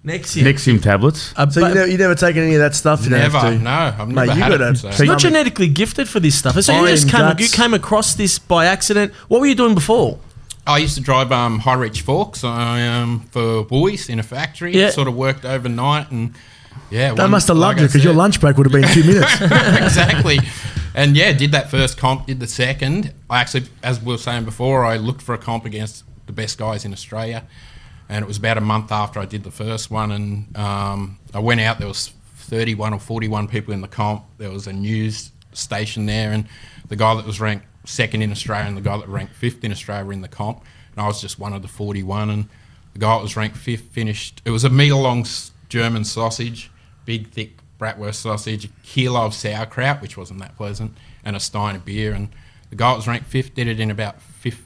Speaker 3: Next year.
Speaker 1: Nexium tablets.
Speaker 3: A
Speaker 2: So you
Speaker 3: ba-
Speaker 2: never, you never taken any of that stuff. You
Speaker 4: Never,
Speaker 2: Don't have to.
Speaker 4: no, I've
Speaker 2: Mate,
Speaker 4: never
Speaker 2: you
Speaker 4: had
Speaker 2: gotta-
Speaker 4: it. So.
Speaker 1: So you-
Speaker 3: You're not genetically gifted for this stuff. So you
Speaker 2: Iron
Speaker 3: just came,
Speaker 2: guts.
Speaker 3: you came across this by accident. What were you doing before?
Speaker 4: I used to drive um, high reach forks um, for boys in a factory.
Speaker 3: Yeah.
Speaker 4: Sort of worked overnight and yeah.
Speaker 2: They
Speaker 4: one-
Speaker 2: must have
Speaker 4: like
Speaker 2: loved
Speaker 4: I
Speaker 2: you because your
Speaker 4: said-
Speaker 2: lunch break would have been two
Speaker 4: (laughs)
Speaker 2: minutes.
Speaker 4: exactly. And yeah, did that first comp, did the second. I actually, as we were saying before, I looked for a comp against the best guys in Australia, and it was about a month after I did the first one, and um, I went out. There was 31 or 41 people in the comp. There was a news station there, and the guy that was ranked second in Australia and the guy that ranked fifth in Australia were in the comp, and I was just one of the 41, and the guy that was ranked fifth finished. It was a meter long German sausage, big thick bratwurst sausage, a kilo of sauerkraut, which wasn't that pleasant, and a stein of beer. And the guy that was ranked fifth did it in about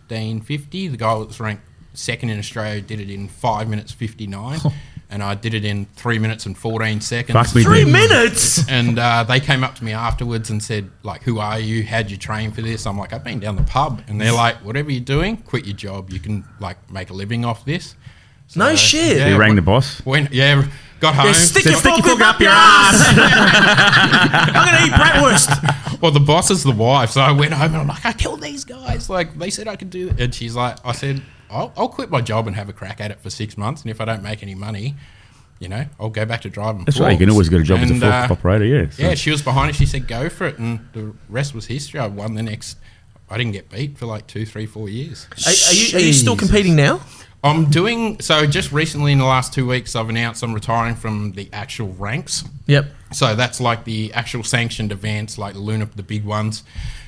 Speaker 4: 1550. The guy that was ranked second in Australia did it in 5
Speaker 1: (laughs)
Speaker 4: minutes 59. and I did it in 3 minutes and 14 seconds.
Speaker 1: Fuck me,
Speaker 3: Three
Speaker 1: dude.
Speaker 3: minutes?
Speaker 4: And uh, they came up to me afterwards and said, like, who are you? How'd you train for this? I'm like, I've been down the pub. And they're like, whatever you're doing, quit your job. You can, like, make a living off this. So,
Speaker 3: No shit.
Speaker 1: He
Speaker 4: yeah,
Speaker 1: rang the boss.
Speaker 4: When, yeah, got home.
Speaker 3: Yeah, stick
Speaker 4: said,
Speaker 3: your fork up, your ass. (laughs) I'm gonna eat bratwurst.
Speaker 4: well, the boss is the wife. So I went home and I'm like, I killed these guys. Like, they said I could do it. And she's like, I said, I'll, I'll quit my job and have a crack at it for six months. And if I don't make any money, you know, I'll go back to driving.
Speaker 1: That's right. You can always get a job as a
Speaker 4: And,
Speaker 1: forklift
Speaker 4: uh,
Speaker 1: operator. Yeah. So-
Speaker 4: Yeah, she was behind it. She said, go for it. And the rest was history. I won the next. I didn't get beat for like two, three, four years.
Speaker 3: Are, are you, are you still competing now?
Speaker 4: I'm doing so just recently in the last two weeks, I've announced I'm retiring from the actual ranks.
Speaker 3: Yep.
Speaker 4: So that's like the actual sanctioned events, like the Luna, the big ones.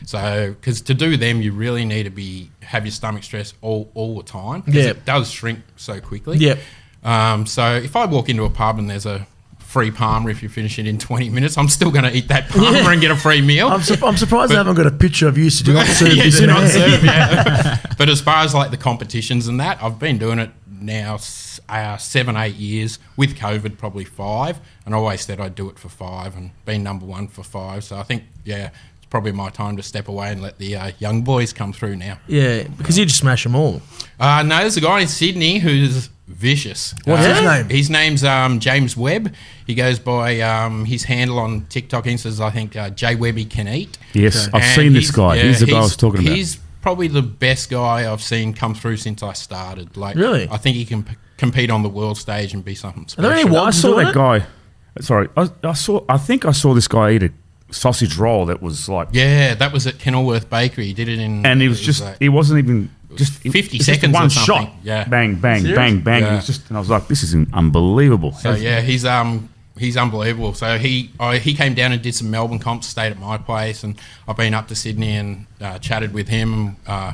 Speaker 4: So because to do them, you really need to be have your stomach stress all all the time. 'cause
Speaker 3: Yep.
Speaker 4: it does shrink so quickly.
Speaker 3: Yep.
Speaker 4: Um, so if I walk into a pub and there's a free palmer if you finish it in 20 minutes, I'm still going to eat that palmer and get a free meal.
Speaker 2: I'm, sur- I'm surprised I haven't got a picture of you sitting on service.
Speaker 4: (laughs) Yeah,
Speaker 2: in
Speaker 4: do not
Speaker 2: hand.
Speaker 4: serve, yeah. but as far as like the competitions and that, I've been doing it now s- uh, seven, eight years with COVID, probably five. And I always said I'd do it for five and been number one for five. So I think, yeah, it's probably my time to step away and let the uh, young boys come through now.
Speaker 3: Yeah, because you just smash them all.
Speaker 4: Uh, no, there's a guy in Sydney who's vicious.
Speaker 2: What's
Speaker 4: Uh,
Speaker 2: his name?
Speaker 4: His name's um, James Webb. He goes by um, his handle on TikTok. He says, I think, uh, J Webby Can Eat.
Speaker 1: Yes, I've
Speaker 4: And
Speaker 1: seen this
Speaker 4: he's-
Speaker 1: guy.
Speaker 4: yeah,
Speaker 1: he's the guy I was talking about.
Speaker 4: He's probably the best guy I've seen come through since I started. Like,
Speaker 3: Really?
Speaker 4: I think he can p- compete on the world stage and be something
Speaker 3: Are
Speaker 4: special.
Speaker 3: there any
Speaker 1: I
Speaker 3: wogs
Speaker 1: saw
Speaker 3: doing
Speaker 1: that
Speaker 3: it?
Speaker 1: guy. Sorry, I, I saw. I think I saw this guy eat a sausage roll that was like,
Speaker 4: yeah, that was at Kenilworth Bakery. He did it in,
Speaker 1: and it was just.
Speaker 4: like-
Speaker 1: It wasn't even just it-
Speaker 4: 50
Speaker 1: it's just
Speaker 4: seconds or
Speaker 1: One
Speaker 4: something.
Speaker 1: shot.
Speaker 4: Yeah.
Speaker 1: Bang, bang, bang, bang. And it was
Speaker 4: Yeah.
Speaker 1: just, and I was like, this is unbelievable.
Speaker 4: So yeah, he's um he's unbelievable. So he I, he came down and did some Melbourne comps, stayed at my place, and I've been up to Sydney and uh, chatted with him and uh,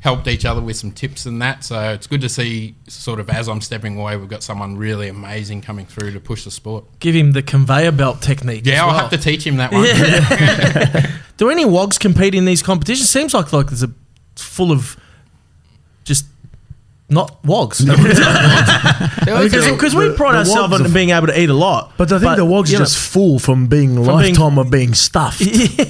Speaker 4: helped each other with some tips and that. So it's good to see sort of as I'm stepping away, we've got someone really amazing coming through to push the sport.
Speaker 3: Give him the conveyor belt technique. as
Speaker 4: Yeah, I'll
Speaker 3: well.
Speaker 4: have to teach him that one.
Speaker 3: (laughs) Do any wogs compete in these competitions? Seems like like there's a it's full of just not wogs. (laughs) because because we
Speaker 2: The-
Speaker 3: pride
Speaker 2: the
Speaker 3: ourselves
Speaker 2: wogs
Speaker 3: on
Speaker 2: are-
Speaker 3: being able to eat a lot.
Speaker 2: (laughs) But I think the wogs
Speaker 3: you
Speaker 2: are
Speaker 3: know, (laughs)
Speaker 2: just full from being a
Speaker 3: being-
Speaker 2: lifetime of being stuffed.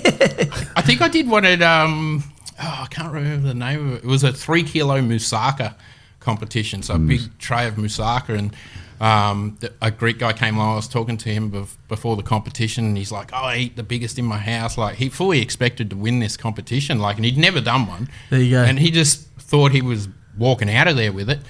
Speaker 4: I think I did one at um oh, I can't remember the name of it. It was a three kilo moussaka competition, so a
Speaker 3: Mm.
Speaker 4: big tray of moussaka and. Um, the, a Greek guy came along. I was talking to him bef- before the competition, and he's like, "Oh, I eat the biggest in my house." Like he fully expected to win this competition, like, and he'd never done one.
Speaker 3: There you go.
Speaker 4: And he just thought he was walking out of there with it.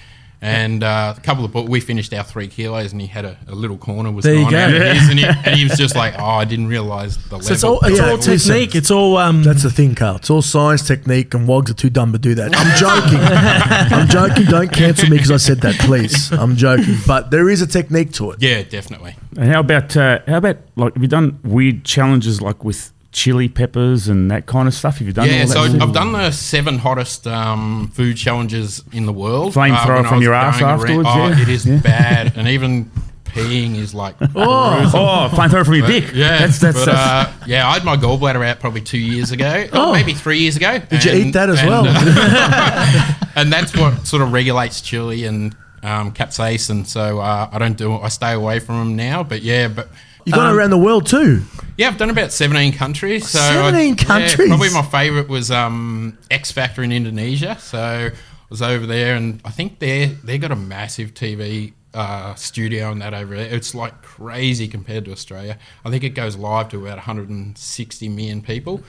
Speaker 4: And uh, a couple of bu- we finished our three kilos, and he had a, a little corner was
Speaker 3: There you
Speaker 4: gone
Speaker 3: go.
Speaker 4: out of
Speaker 3: (laughs)
Speaker 4: his, and he, and he was just like, "Oh, I didn't realize the level."
Speaker 3: it's all it's
Speaker 2: Yeah,
Speaker 3: all
Speaker 2: listen.
Speaker 3: technique. It's all um.
Speaker 2: That's the thing, Carl. It's all science, technique, and wogs are too dumb to do that. I'm joking. I'm joking. Don't cancel me because I said that, please. I'm joking. But there is a technique to it.
Speaker 4: yeah, definitely.
Speaker 1: And how about uh, how about like have you done weird challenges like with chili peppers and that kind of stuff? Have you done?
Speaker 4: Yeah,
Speaker 1: all that
Speaker 4: so
Speaker 1: sort of-
Speaker 4: I've done the seven hottest um, food challenges in the world. uh,
Speaker 1: Flamethrower
Speaker 4: when I
Speaker 1: from
Speaker 4: was
Speaker 1: your ass
Speaker 4: going
Speaker 1: afterwards,
Speaker 4: around-
Speaker 1: yeah.
Speaker 4: Oh, it is
Speaker 1: Yeah.
Speaker 4: bad, and even peeing is like. Oh,
Speaker 1: (laughs) Oh, flamethrower from your dick.
Speaker 4: yeah,
Speaker 1: that's that's.
Speaker 4: but,
Speaker 1: that's-
Speaker 4: uh, yeah. I had my gallbladder out probably two years
Speaker 1: (laughs)
Speaker 4: ago,
Speaker 1: Oh.
Speaker 4: or maybe three years ago. Did
Speaker 2: you eat that as well?
Speaker 4: (laughs) and that's what sort of regulates chili and um, capsaicin. So uh, I don't do. I stay away from them now. But yeah, but
Speaker 2: You've gone around the world too.
Speaker 4: yeah, I've done about 17 countries. So
Speaker 2: 17
Speaker 4: yeah,
Speaker 2: countries?
Speaker 4: probably my favourite was um, X Factor in Indonesia. So I was over there, and I think they they got a massive TV uh, studio and that over there. It's like crazy compared to Australia. I think it goes live to about 160 million people.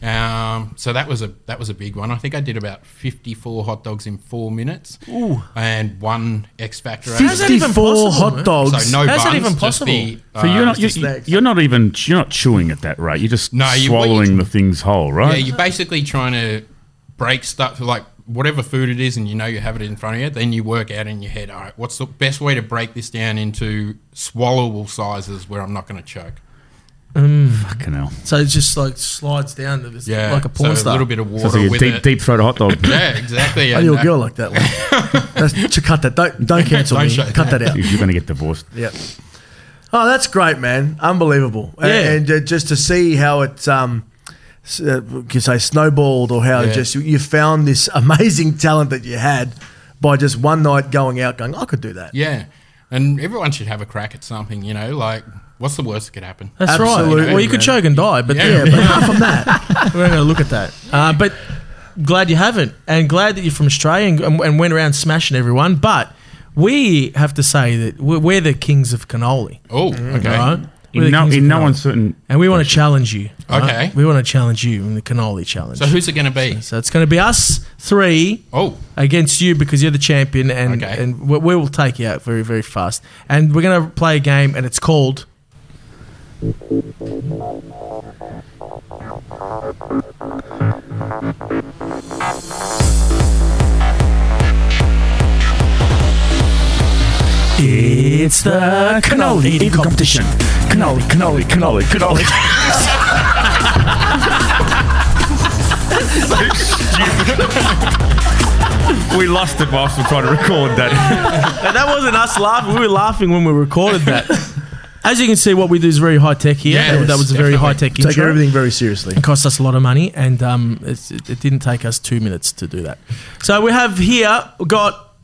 Speaker 4: Um, so that was a that was a big one. I think I did about 54 hot dogs in four minutes, Ooh. and one X Factor. over there.
Speaker 3: that even
Speaker 2: 54
Speaker 3: possible,
Speaker 2: hot
Speaker 3: man?
Speaker 2: dogs.
Speaker 4: So no
Speaker 3: How's
Speaker 4: buns,
Speaker 3: that even
Speaker 4: just the,
Speaker 1: so
Speaker 4: uh,
Speaker 1: you're not
Speaker 2: just
Speaker 1: you're,
Speaker 2: snacks.
Speaker 1: you're not even you're not chewing at that rate. You're just
Speaker 4: No, you- what you-
Speaker 1: swallowing the things whole,
Speaker 4: Yeah,
Speaker 1: right?
Speaker 4: you're basically trying to break stuff like whatever food it is, and you know you have it in front of you. Then you work out in your head, all right, what's the best way to break this down into swallowable sizes where I'm not going to choke?
Speaker 1: Fucking hell.
Speaker 3: So it just like slides down. To this,
Speaker 4: Yeah,
Speaker 3: like a porn
Speaker 4: so
Speaker 3: star.
Speaker 4: a little bit of
Speaker 1: So
Speaker 4: water
Speaker 1: it's like a
Speaker 4: with
Speaker 1: deep Oh,
Speaker 4: it.
Speaker 1: deep throat hot
Speaker 3: (coughs)
Speaker 1: dog. (laughs)
Speaker 4: Yeah, exactly.
Speaker 2: I
Speaker 4: and,
Speaker 2: knew a
Speaker 4: uh,
Speaker 2: girl like that. One. That's, to cut that. Don't don't cancel
Speaker 4: Don't
Speaker 2: me.
Speaker 4: shut-
Speaker 2: Cut that out.
Speaker 1: You're going to get divorced.
Speaker 2: Yeah. Oh, that's great, man! Unbelievable. A-
Speaker 3: Yeah.
Speaker 2: And, uh, just to see how it, um, s- uh, you could say snowballed, or how
Speaker 4: Yeah.
Speaker 2: just you- you found this (laughs) amazing talent that you had by just one night going out, going, I could do that.
Speaker 4: Yeah. And everyone should have a crack at something, you know, like what's the worst that could happen?
Speaker 3: That's
Speaker 2: Absolutely,
Speaker 3: right. Well, you could
Speaker 2: man.
Speaker 3: choke and die, but
Speaker 4: Yeah.
Speaker 3: yeah, but apart from that, we're not going to look at that. Uh, but glad you haven't, and glad that you're from Australia and, and, and went around smashing everyone. But we have to say that we're, we're the kings of cannoli,
Speaker 4: Oh,
Speaker 1: Mm-hmm.
Speaker 4: okay.
Speaker 3: right? We're the
Speaker 1: In no,
Speaker 3: kings of
Speaker 1: in no
Speaker 3: cannoli.
Speaker 1: uncertain.
Speaker 3: And we want to challenge you. right?
Speaker 4: Okay.
Speaker 3: We want to challenge you in the cannoli challenge.
Speaker 4: So
Speaker 3: So,
Speaker 4: who's it going to be?
Speaker 3: it's going to be us three
Speaker 4: Oh,
Speaker 3: against you because you're the champion, and
Speaker 4: Okay.
Speaker 3: and we, we will take you out very very fast. And we're going to play a game, and it's called. It's the cannoli eating competition.
Speaker 1: Cannoli, cannoli, cannoli, cannoli. (laughs) we lost it whilst we're trying to record that.
Speaker 3: And that wasn't us laughing. We were laughing when we recorded
Speaker 4: (laughs)
Speaker 3: that. As you can see, what we do is very high tech here.
Speaker 4: Yes,
Speaker 3: that, that was a very
Speaker 4: definitely.
Speaker 3: high tech intro.
Speaker 2: Take everything very seriously.
Speaker 3: It cost us a lot of money, and um, it's, it, it didn't take us two minutes to do that. So we have here we've got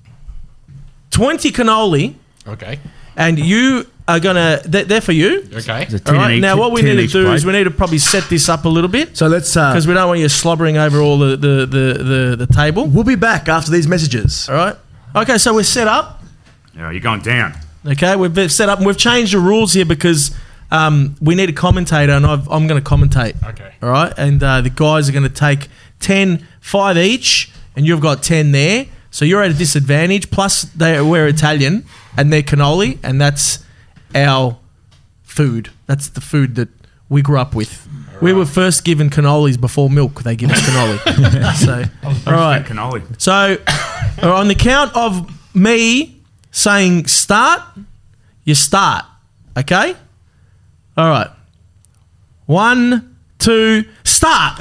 Speaker 3: twenty cannoli,
Speaker 4: okay.
Speaker 3: and you are gonna they're, they're for you.
Speaker 4: Okay.
Speaker 1: It's
Speaker 3: All
Speaker 1: a 10
Speaker 3: right.
Speaker 1: each-
Speaker 3: Now what we
Speaker 1: 10
Speaker 3: need to
Speaker 1: each
Speaker 3: do is
Speaker 1: plate.
Speaker 3: we need to probably set this up a little bit
Speaker 2: So let's. Uh,
Speaker 3: because we don't want you slobbering over all the the the, the, the table.
Speaker 2: we'll be back after these messages.
Speaker 3: All right. Okay. So we're set up.
Speaker 1: Yeah, you're going down.
Speaker 3: Okay, we've been set up and we've changed the rules here because um, we need a commentator, and I've, I'm going to commentate.
Speaker 4: Okay.
Speaker 3: All right, and uh, the guys are going to take 10, 5 each, and you've got 10 there. So you're at a disadvantage, plus they, we're Italian, and they're cannoli, and that's our food. That's the food that we grew up with. We were first given cannolis before milk. They give us cannoli. so, all right.
Speaker 1: Cannoli.
Speaker 3: So, (coughs) on the count of me saying start, you start. Okay? All right. One, two, start.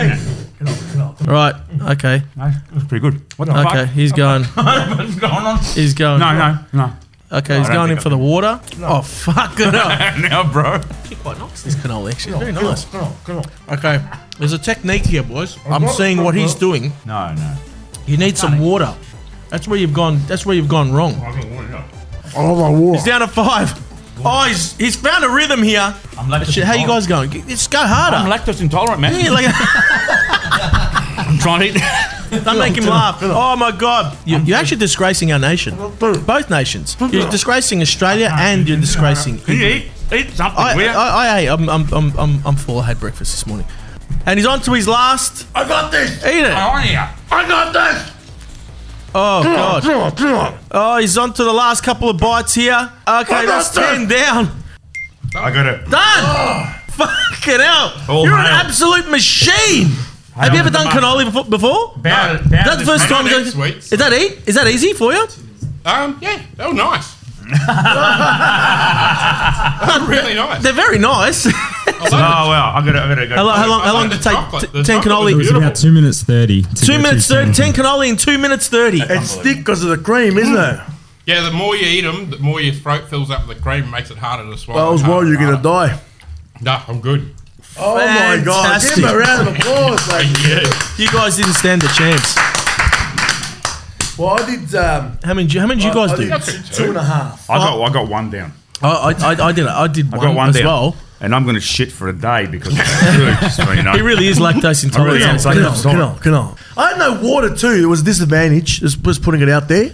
Speaker 3: Right. Okay.
Speaker 1: No, that's pretty good. What the
Speaker 3: Okay. He's going.
Speaker 1: (laughs) What's going on?
Speaker 3: He's going.
Speaker 1: No, no, no.
Speaker 3: Okay. He's
Speaker 1: I don't
Speaker 3: going in
Speaker 1: think
Speaker 3: for the water. Oh, fuck it up.
Speaker 1: (laughs) now, bro.
Speaker 3: Quite nice, this cannoli, actually. Very nice. Okay. There's a technique here, boys. I'm seeing what he's doing.
Speaker 1: No, no.
Speaker 3: You need some water. That's where you've gone. That's where you've gone wrong.
Speaker 2: Oh my
Speaker 3: He's down to five. Oh, he's, he's found a rhythm here.
Speaker 1: I'm lactose
Speaker 3: Shit, how you guys going? Just go
Speaker 1: I'm
Speaker 3: harder.
Speaker 1: lactose intolerant, man.
Speaker 3: Yeah, (laughs) like,
Speaker 1: I'm trying to eat.
Speaker 3: don't make him laugh. Oh my God, you, you're actually disgracing our nation, both nations. You're disgracing Australia and you're disgracing.
Speaker 1: Can you
Speaker 3: England.
Speaker 1: eat, eat something,
Speaker 3: I,
Speaker 1: will
Speaker 3: I,
Speaker 1: you?
Speaker 3: I, I, am I'm, I'm, I'm, I'm full. I had breakfast this morning, and he's on to his last.
Speaker 1: I got this.
Speaker 3: Eat it.
Speaker 1: on here. I got this.
Speaker 3: Oh God. Oh, he's on to the last couple of bites here. Okay, that's ten down.
Speaker 1: I got it.
Speaker 3: Done.
Speaker 1: Oh.
Speaker 3: Fucking hell.
Speaker 1: All
Speaker 3: You're
Speaker 1: hail.
Speaker 3: an absolute machine. Have you ever
Speaker 1: to the
Speaker 3: done
Speaker 1: master.
Speaker 3: cannoli befo- before?
Speaker 1: Bow, bow
Speaker 3: That's the
Speaker 1: this
Speaker 3: first
Speaker 1: man.
Speaker 3: time.
Speaker 4: know
Speaker 3: you're
Speaker 4: that's
Speaker 3: going-
Speaker 4: sweet,
Speaker 3: Is that e- is that easy for you?
Speaker 4: Um, yeah, they
Speaker 3: (laughs)
Speaker 4: were nice. They were really nice.
Speaker 3: They're very
Speaker 1: (laughs)
Speaker 3: nice.
Speaker 4: I
Speaker 1: Oh,
Speaker 4: love it.
Speaker 1: wow. I got it. I got it. I got
Speaker 3: how long?
Speaker 1: it.
Speaker 3: How long,
Speaker 4: I
Speaker 3: how long
Speaker 4: like
Speaker 3: did it
Speaker 4: the
Speaker 3: take?
Speaker 4: chocolate.
Speaker 3: T-
Speaker 4: The
Speaker 3: ten
Speaker 4: chocolate was
Speaker 3: cannoli.
Speaker 5: It was about two minutes thirty. to
Speaker 3: Two
Speaker 5: get
Speaker 3: minutes
Speaker 5: to
Speaker 3: thirty.
Speaker 5: 10.
Speaker 3: Ten cannoli in two minutes thirty.
Speaker 2: It's thick because of the cream, isn't it?
Speaker 3: Mm.
Speaker 4: Yeah, the more you eat them, the more your throat fills up with the cream and makes it harder to swallow.
Speaker 2: Well, as well,
Speaker 4: Harder,
Speaker 2: you're gonna
Speaker 4: harder.
Speaker 2: die.
Speaker 4: Nah, I'm good.
Speaker 2: Oh my God! Give him
Speaker 3: Fantastic.
Speaker 2: a round of applause, ladies.
Speaker 4: Yeah.
Speaker 3: You guys didn't stand a chance.
Speaker 2: Well, I did. Um,
Speaker 3: How many? How many did you guys
Speaker 2: I
Speaker 3: do?
Speaker 2: did
Speaker 3: I,
Speaker 2: two, two and a half.
Speaker 1: I got, I got one down.
Speaker 3: I, I, I did. I did
Speaker 1: I
Speaker 3: one,
Speaker 1: got one
Speaker 3: as
Speaker 1: down.
Speaker 3: well.
Speaker 1: And I'm going to shit for a day because
Speaker 3: (laughs)
Speaker 1: it's true, just so you know.
Speaker 3: He really
Speaker 1: (laughs)
Speaker 3: is lactose intolerant.
Speaker 1: really am.
Speaker 3: isn't he?
Speaker 2: Can
Speaker 1: Like,
Speaker 2: I,
Speaker 1: sorry.
Speaker 2: can I, can I? I had no water too. There was a disadvantage. Just, just putting it out there.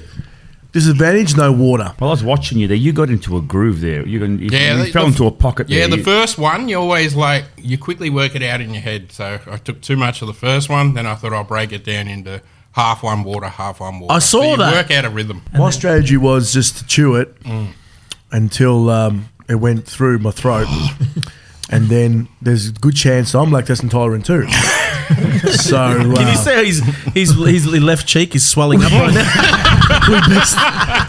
Speaker 2: Disadvantage, no water.
Speaker 1: Well, I was watching you there. You got into a groove there. You, got, you,
Speaker 4: Yeah,
Speaker 1: you
Speaker 4: the-
Speaker 1: fell
Speaker 4: the-
Speaker 1: into a pocket
Speaker 4: Yeah,
Speaker 1: there.
Speaker 4: the first one, you always like, you quickly work it out in your head. So I took too much of the first one, then I thought I'll break it down into half one water, half one water.
Speaker 3: I saw
Speaker 4: so you
Speaker 3: that.
Speaker 4: Work out a rhythm.
Speaker 2: My strategy was just to chew it
Speaker 3: Mm.
Speaker 2: until um, it went through my
Speaker 3: (gasps)
Speaker 2: throat. And then there's a good chance I'm lactose intolerant
Speaker 3: (laughs)
Speaker 2: too. so
Speaker 3: Can you
Speaker 2: uh,
Speaker 3: see how his, his, his left cheek is swelling
Speaker 1: (laughs)
Speaker 3: up right now?
Speaker 2: we, best,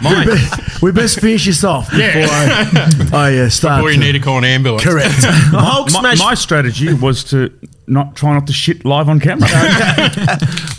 Speaker 2: we, best, we best finish this off before I, I uh, start.
Speaker 3: (laughs)
Speaker 4: Or you
Speaker 2: to-
Speaker 4: need to call an ambulance.
Speaker 2: correct.
Speaker 3: Hulk
Speaker 1: my,
Speaker 3: smash.
Speaker 1: my strategy was to not try not to shit live on camera.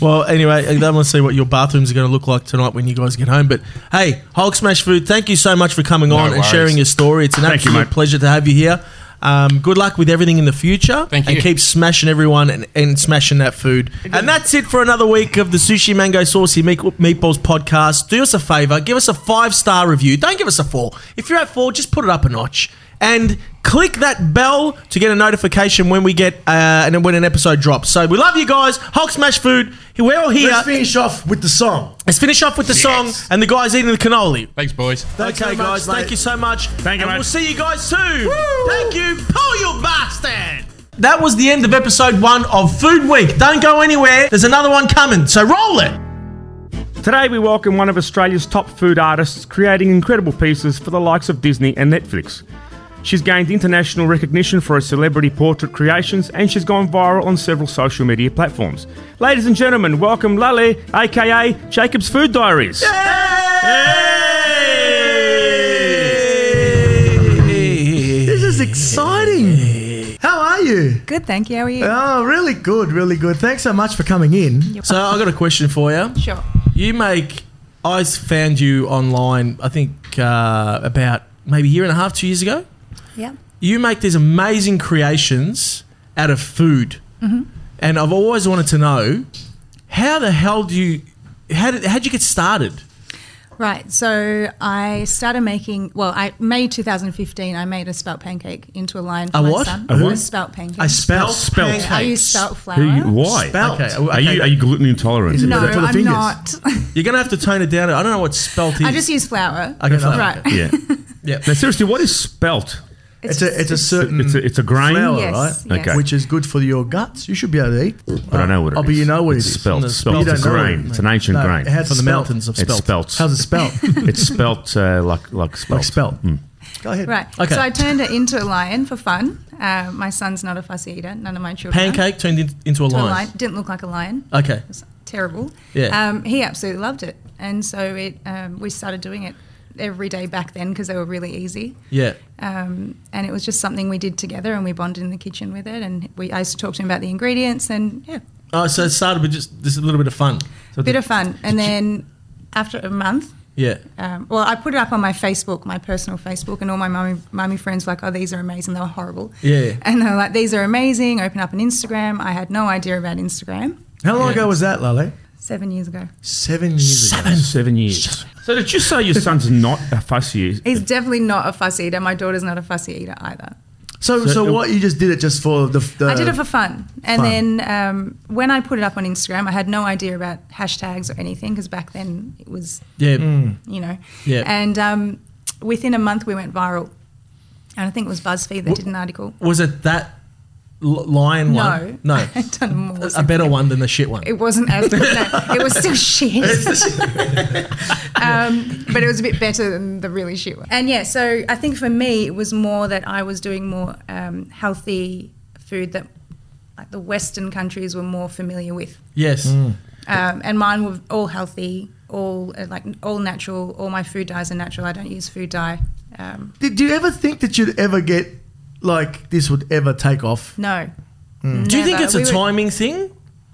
Speaker 3: Well, anyway, I don't want to see what your bathrooms are going to look like tonight when you guys get home. But hey, Hulk Smash Food, thank you so much for coming on and
Speaker 4: worries.
Speaker 3: sharing your story. It's an
Speaker 1: Thank you,
Speaker 3: absolute
Speaker 1: mate.
Speaker 3: pleasure to have you here. Um, good luck with everything in the future.
Speaker 4: Thank
Speaker 3: And
Speaker 4: you.
Speaker 3: keep smashing everyone and, and smashing that food. And that's it for another week of the Sushi Mango Saucy Meat- Meatballs podcast. Do us a favor, give us a five star review. Don't give us a four. If you're at four, just put it up a notch. And click that bell to get a notification when we get uh, and then when an episode drops. So we love you guys. Hulk Smash Food. We're all here.
Speaker 2: Let's finish off with the song.
Speaker 3: Let's finish off with the song and the guys eating the cannoli.
Speaker 4: Thanks, boys.
Speaker 2: Thanks
Speaker 3: okay,
Speaker 2: so much,
Speaker 3: guys, thank
Speaker 2: mate.
Speaker 3: you so much.
Speaker 1: Thank you,
Speaker 3: and
Speaker 1: mate.
Speaker 3: We'll see you guys soon. Thank you. Pull you bastard. That was the end of episode one of Food Week. Don't go anywhere. There's another one coming, so roll it.
Speaker 1: Today, we welcome one of Australia's top food artists creating incredible pieces for the likes of Disney and Netflix. She's gained international recognition for her celebrity portrait creations and she's gone viral on several social media platforms. Ladies and gentlemen, welcome Lale, aka Jacob's Food Diaries.
Speaker 2: This is exciting. How are you?
Speaker 5: Good, thank you. How are you?
Speaker 2: Oh, really good, really good. Thanks so much for coming in.
Speaker 3: So I got a question for you.
Speaker 5: sure.
Speaker 3: You make. I found you online. I think uh, about maybe a year and a half, two years ago.
Speaker 5: Yeah.
Speaker 3: you make these amazing creations out of food,
Speaker 5: Mm-hmm.
Speaker 3: and I've always wanted to know how the hell do you how did how'd you get started?
Speaker 5: Right. So I started making. Well, I May 2015. I made a spelt pancake into a line for
Speaker 3: A
Speaker 5: my
Speaker 3: what?
Speaker 5: son.
Speaker 1: A what?
Speaker 5: spelt pancake.
Speaker 3: I spelt
Speaker 1: Spelt.
Speaker 3: pancakes.
Speaker 5: I use spelt flour.
Speaker 1: Who you- why?
Speaker 3: Spelt. Okay,
Speaker 1: Are
Speaker 3: okay.
Speaker 1: you are you gluten intolerant?
Speaker 5: No,
Speaker 2: Put it for the
Speaker 5: I'm
Speaker 2: fingers.
Speaker 5: not. (laughs)
Speaker 3: You're gonna have to tone it down. I don't know what spelt is.
Speaker 5: I just use flour.
Speaker 3: Okay, flour,
Speaker 5: Right.
Speaker 3: okay.
Speaker 1: (laughs) Yeah.
Speaker 3: yeah.
Speaker 1: Now seriously, what is spelt?
Speaker 2: It's a it's a certain
Speaker 1: It's a, it's a grain.
Speaker 2: Mm. flour,
Speaker 5: Yes,
Speaker 2: right?
Speaker 5: yes. Okay.
Speaker 2: Which is good for your guts. You should be able to eat.
Speaker 1: I don't know what it is.
Speaker 2: Oh, but you know what
Speaker 1: it's
Speaker 2: it is.
Speaker 1: spelt.
Speaker 3: No,
Speaker 1: Spelt
Speaker 2: you
Speaker 1: is a
Speaker 2: don't know
Speaker 1: grain.
Speaker 2: it,
Speaker 1: It's an ancient
Speaker 2: No,
Speaker 1: grain.
Speaker 2: it has
Speaker 3: From the
Speaker 2: spelt.
Speaker 3: mountains of
Speaker 1: It's
Speaker 3: spelt.
Speaker 1: (laughs) spelt. Hmm.
Speaker 2: How's it spelt?
Speaker 1: It's spelt uh, like like spelt.
Speaker 2: like spelt. Go ahead.
Speaker 5: Right.
Speaker 3: Okay.
Speaker 5: So I turned it into a lion for fun. Uh, my son's not a fussy eater. None of my children. are.
Speaker 3: Pancake turned in- into a
Speaker 5: To a
Speaker 3: line.
Speaker 5: lion. Didn't look like a lion.
Speaker 3: Okay.
Speaker 5: It was terrible.
Speaker 3: Yeah.
Speaker 5: Um, he absolutely loved it, and so it um, we started doing it every day back then because they were really easy.
Speaker 3: Yeah.
Speaker 5: Um, and it was just something we did together, and we bonded in the kitchen with it. And we I used to talk to him about the ingredients, and yeah,
Speaker 3: Oh, so it started with just this little bit of fun. So
Speaker 5: bit
Speaker 3: the-
Speaker 5: of fun. And then after a month.
Speaker 3: yeah.
Speaker 5: Um, well, I put it up on my Facebook, my personal Facebook, and all my mummy, mummy friends were like, oh, these are amazing. They were horrible.
Speaker 3: Yeah.
Speaker 5: And they were like, these are amazing. Open up an Instagram. I had no idea about Instagram
Speaker 2: How long ago was that, Lale?
Speaker 5: seven years ago.
Speaker 2: Seven years ago.
Speaker 1: Seven years. So did you say your son's not a fussy?
Speaker 5: He's definitely not a fussy eater. My daughter's not a fussy eater either.
Speaker 2: So, so,
Speaker 1: So-
Speaker 2: what you just did it just for the. the
Speaker 5: I did it for fun. And
Speaker 2: fun.
Speaker 5: then um, when I put it up on Instagram, I had no idea about hashtags or anything because back then it was,
Speaker 3: Yeah.
Speaker 1: Hmm.
Speaker 5: you know.
Speaker 3: Yeah.
Speaker 5: And um, within a month, we went viral. And I think it was BuzzFeed that did an article.
Speaker 3: Was it that l- lion
Speaker 5: No.
Speaker 3: one?
Speaker 5: (laughs)
Speaker 3: No.
Speaker 5: I'd done more.
Speaker 3: A better one than the shit one.
Speaker 5: It wasn't as good. No, it was (laughs) still shit. (laughs) um, but it was a bit better than the really shit one. And yeah, so I think for me, it was more that I was doing more um, healthy food that like the Western countries were more familiar with.
Speaker 3: Yes.
Speaker 1: Hmm.
Speaker 5: Um, and mine were all healthy, all uh, like all natural. All my food dyes are natural. I don't use food dye. Um,
Speaker 2: Did, do you ever think that you'd ever get like this would ever take off?
Speaker 5: no. Hmm.
Speaker 3: Do you think
Speaker 5: Never.
Speaker 3: it's a
Speaker 5: We were-
Speaker 3: timing thing?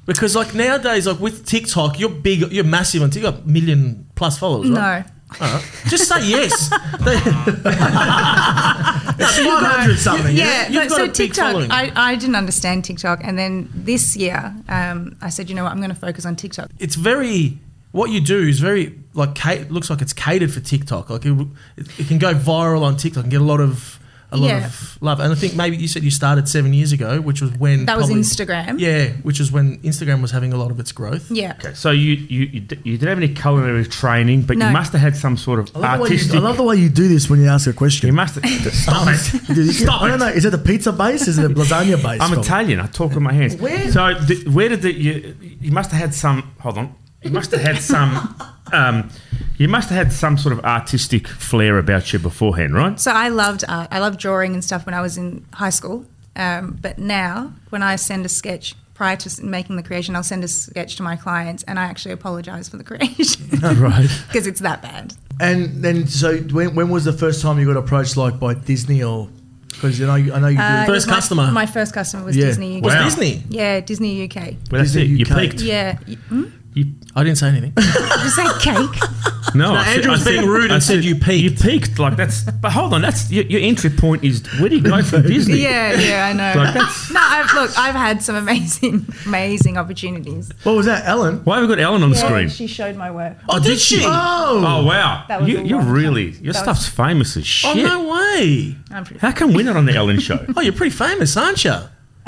Speaker 3: Because like nowadays, like with TikTok, you're big, you're massive on TikTok, million plus followers, right?
Speaker 5: No.
Speaker 3: Just say
Speaker 5: (laughs)
Speaker 3: yes.
Speaker 2: One hundred something.
Speaker 5: Yeah,
Speaker 3: You've
Speaker 5: no,
Speaker 3: got a
Speaker 5: so
Speaker 3: big
Speaker 5: TikTok,
Speaker 3: following.
Speaker 5: I, I didn't understand TikTok. And then this year, um, I said, you know what, I'm going to focus on TikTok.
Speaker 3: it's very what you do is very like ca- looks like it's catered for TikTok. Like it, it can go viral on TikTok and get a lot of a lot
Speaker 5: Yeah.
Speaker 3: of love. And I think maybe you said you started seven years ago, which was when
Speaker 5: That was
Speaker 3: probably-
Speaker 5: Instagram.
Speaker 3: Yeah, which is when Instagram was having a lot of its growth.
Speaker 5: Yeah.
Speaker 1: So you you you d- you didn't have any culinary training, but you
Speaker 5: No.
Speaker 1: must have had some sort of
Speaker 2: I love, the way
Speaker 1: artistic.
Speaker 2: you, I love the way you do this when you ask a
Speaker 1: you
Speaker 2: question. (laughs)
Speaker 1: must have, stop it.
Speaker 2: Dude,
Speaker 1: Stop
Speaker 2: I don't
Speaker 1: it.
Speaker 2: know. Is it the pizza base? Is it the
Speaker 1: (laughs)
Speaker 2: lasagna base?
Speaker 1: I'm
Speaker 2: Phil?
Speaker 1: Italian. I talk with my hands.
Speaker 2: Where-
Speaker 1: So th- where did the, you you must have had some? Hold on. You must have
Speaker 2: (laughs)
Speaker 1: had some. Um, you must have had some sort of artistic flair about you beforehand, right?
Speaker 5: So I loved art. I loved drawing and stuff when I was in high school. Um, but now, when I send a sketch prior to s- making the creation, I'll send a sketch to my clients and I actually apologize for the (laughs)
Speaker 3: (laughs)
Speaker 5: creation (laughs)
Speaker 2: right.
Speaker 5: because it's that bad.
Speaker 2: And then, so when, when was the first time you got approached, like by Disney or Because you know, you- I know you do.
Speaker 5: Uh, it
Speaker 3: First
Speaker 5: was my-
Speaker 3: customer?
Speaker 5: My first customer was
Speaker 2: Yeah.
Speaker 5: Disney UK.
Speaker 3: Was Disney?
Speaker 5: Yeah, Disney UK.
Speaker 1: Well, that's
Speaker 2: Disney
Speaker 1: it. You
Speaker 2: UK.
Speaker 1: peaked.
Speaker 5: Yeah. Y- Hmm?
Speaker 1: You,
Speaker 3: I didn't say anything.
Speaker 5: Did you say
Speaker 3: (laughs)
Speaker 5: cake?
Speaker 1: no, I said-
Speaker 3: Andrew was
Speaker 1: I said-
Speaker 3: being rude
Speaker 1: I
Speaker 3: and said you
Speaker 1: You
Speaker 3: peaked.
Speaker 1: peaked. Like that's. But hold on, that's your, your entry point is where do you go
Speaker 3: (laughs)
Speaker 1: from Disney?
Speaker 5: yeah, yeah, I know.
Speaker 1: Like that's.
Speaker 5: no, I've, look, I've had some amazing, (laughs) amazing opportunities.
Speaker 2: what was that, Ellen?
Speaker 1: Why have we got Ellen on the
Speaker 5: Yeah,
Speaker 1: screen?
Speaker 5: she showed my work.
Speaker 3: Oh, did she? Oh,
Speaker 1: Oh wow!
Speaker 5: That was
Speaker 1: you
Speaker 5: a
Speaker 1: you
Speaker 5: long time.
Speaker 1: really your
Speaker 5: That
Speaker 1: stuff's famous as shit.
Speaker 3: Oh, no way.
Speaker 5: I'm pretty
Speaker 1: How come we're not on the
Speaker 3: (laughs)
Speaker 1: Ellen show?
Speaker 3: Oh, you're pretty famous, aren't you?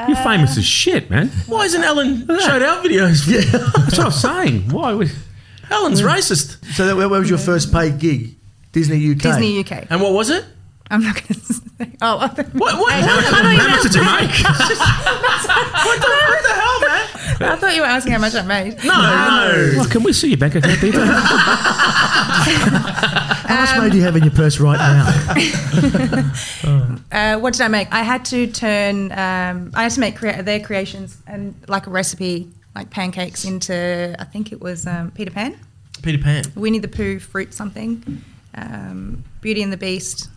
Speaker 1: You're famous as shit, man.
Speaker 3: Why isn't Ellen showed our videos? Yeah.
Speaker 1: That's what I'm saying. Why would
Speaker 3: (laughs) Ellen's racist.
Speaker 2: So that, where was your first paid gig? Disney UK.
Speaker 5: Disney UK.
Speaker 3: And what was it?
Speaker 5: I'm not going to (laughs) say. Oh, I thought-
Speaker 3: What? What?
Speaker 5: Hey,
Speaker 3: what,
Speaker 5: how- how do you
Speaker 1: how much
Speaker 5: know-
Speaker 1: did you make?
Speaker 3: (laughs) what the hell, man?
Speaker 5: I thought you were asking how much I made.
Speaker 3: No, no.
Speaker 1: Well, can we see your bank account details?
Speaker 2: How
Speaker 5: Um,
Speaker 2: much money do you have in your purse right
Speaker 5: (laughs)
Speaker 2: now?
Speaker 5: Uh, what did I make? I had to turn. Um, I had to make crea- their creations and like a recipe, like pancakes, into I think it was um, Peter Pan,
Speaker 3: Peter Pan.
Speaker 5: Winnie the Pooh, fruit something, um, Beauty and the Beast.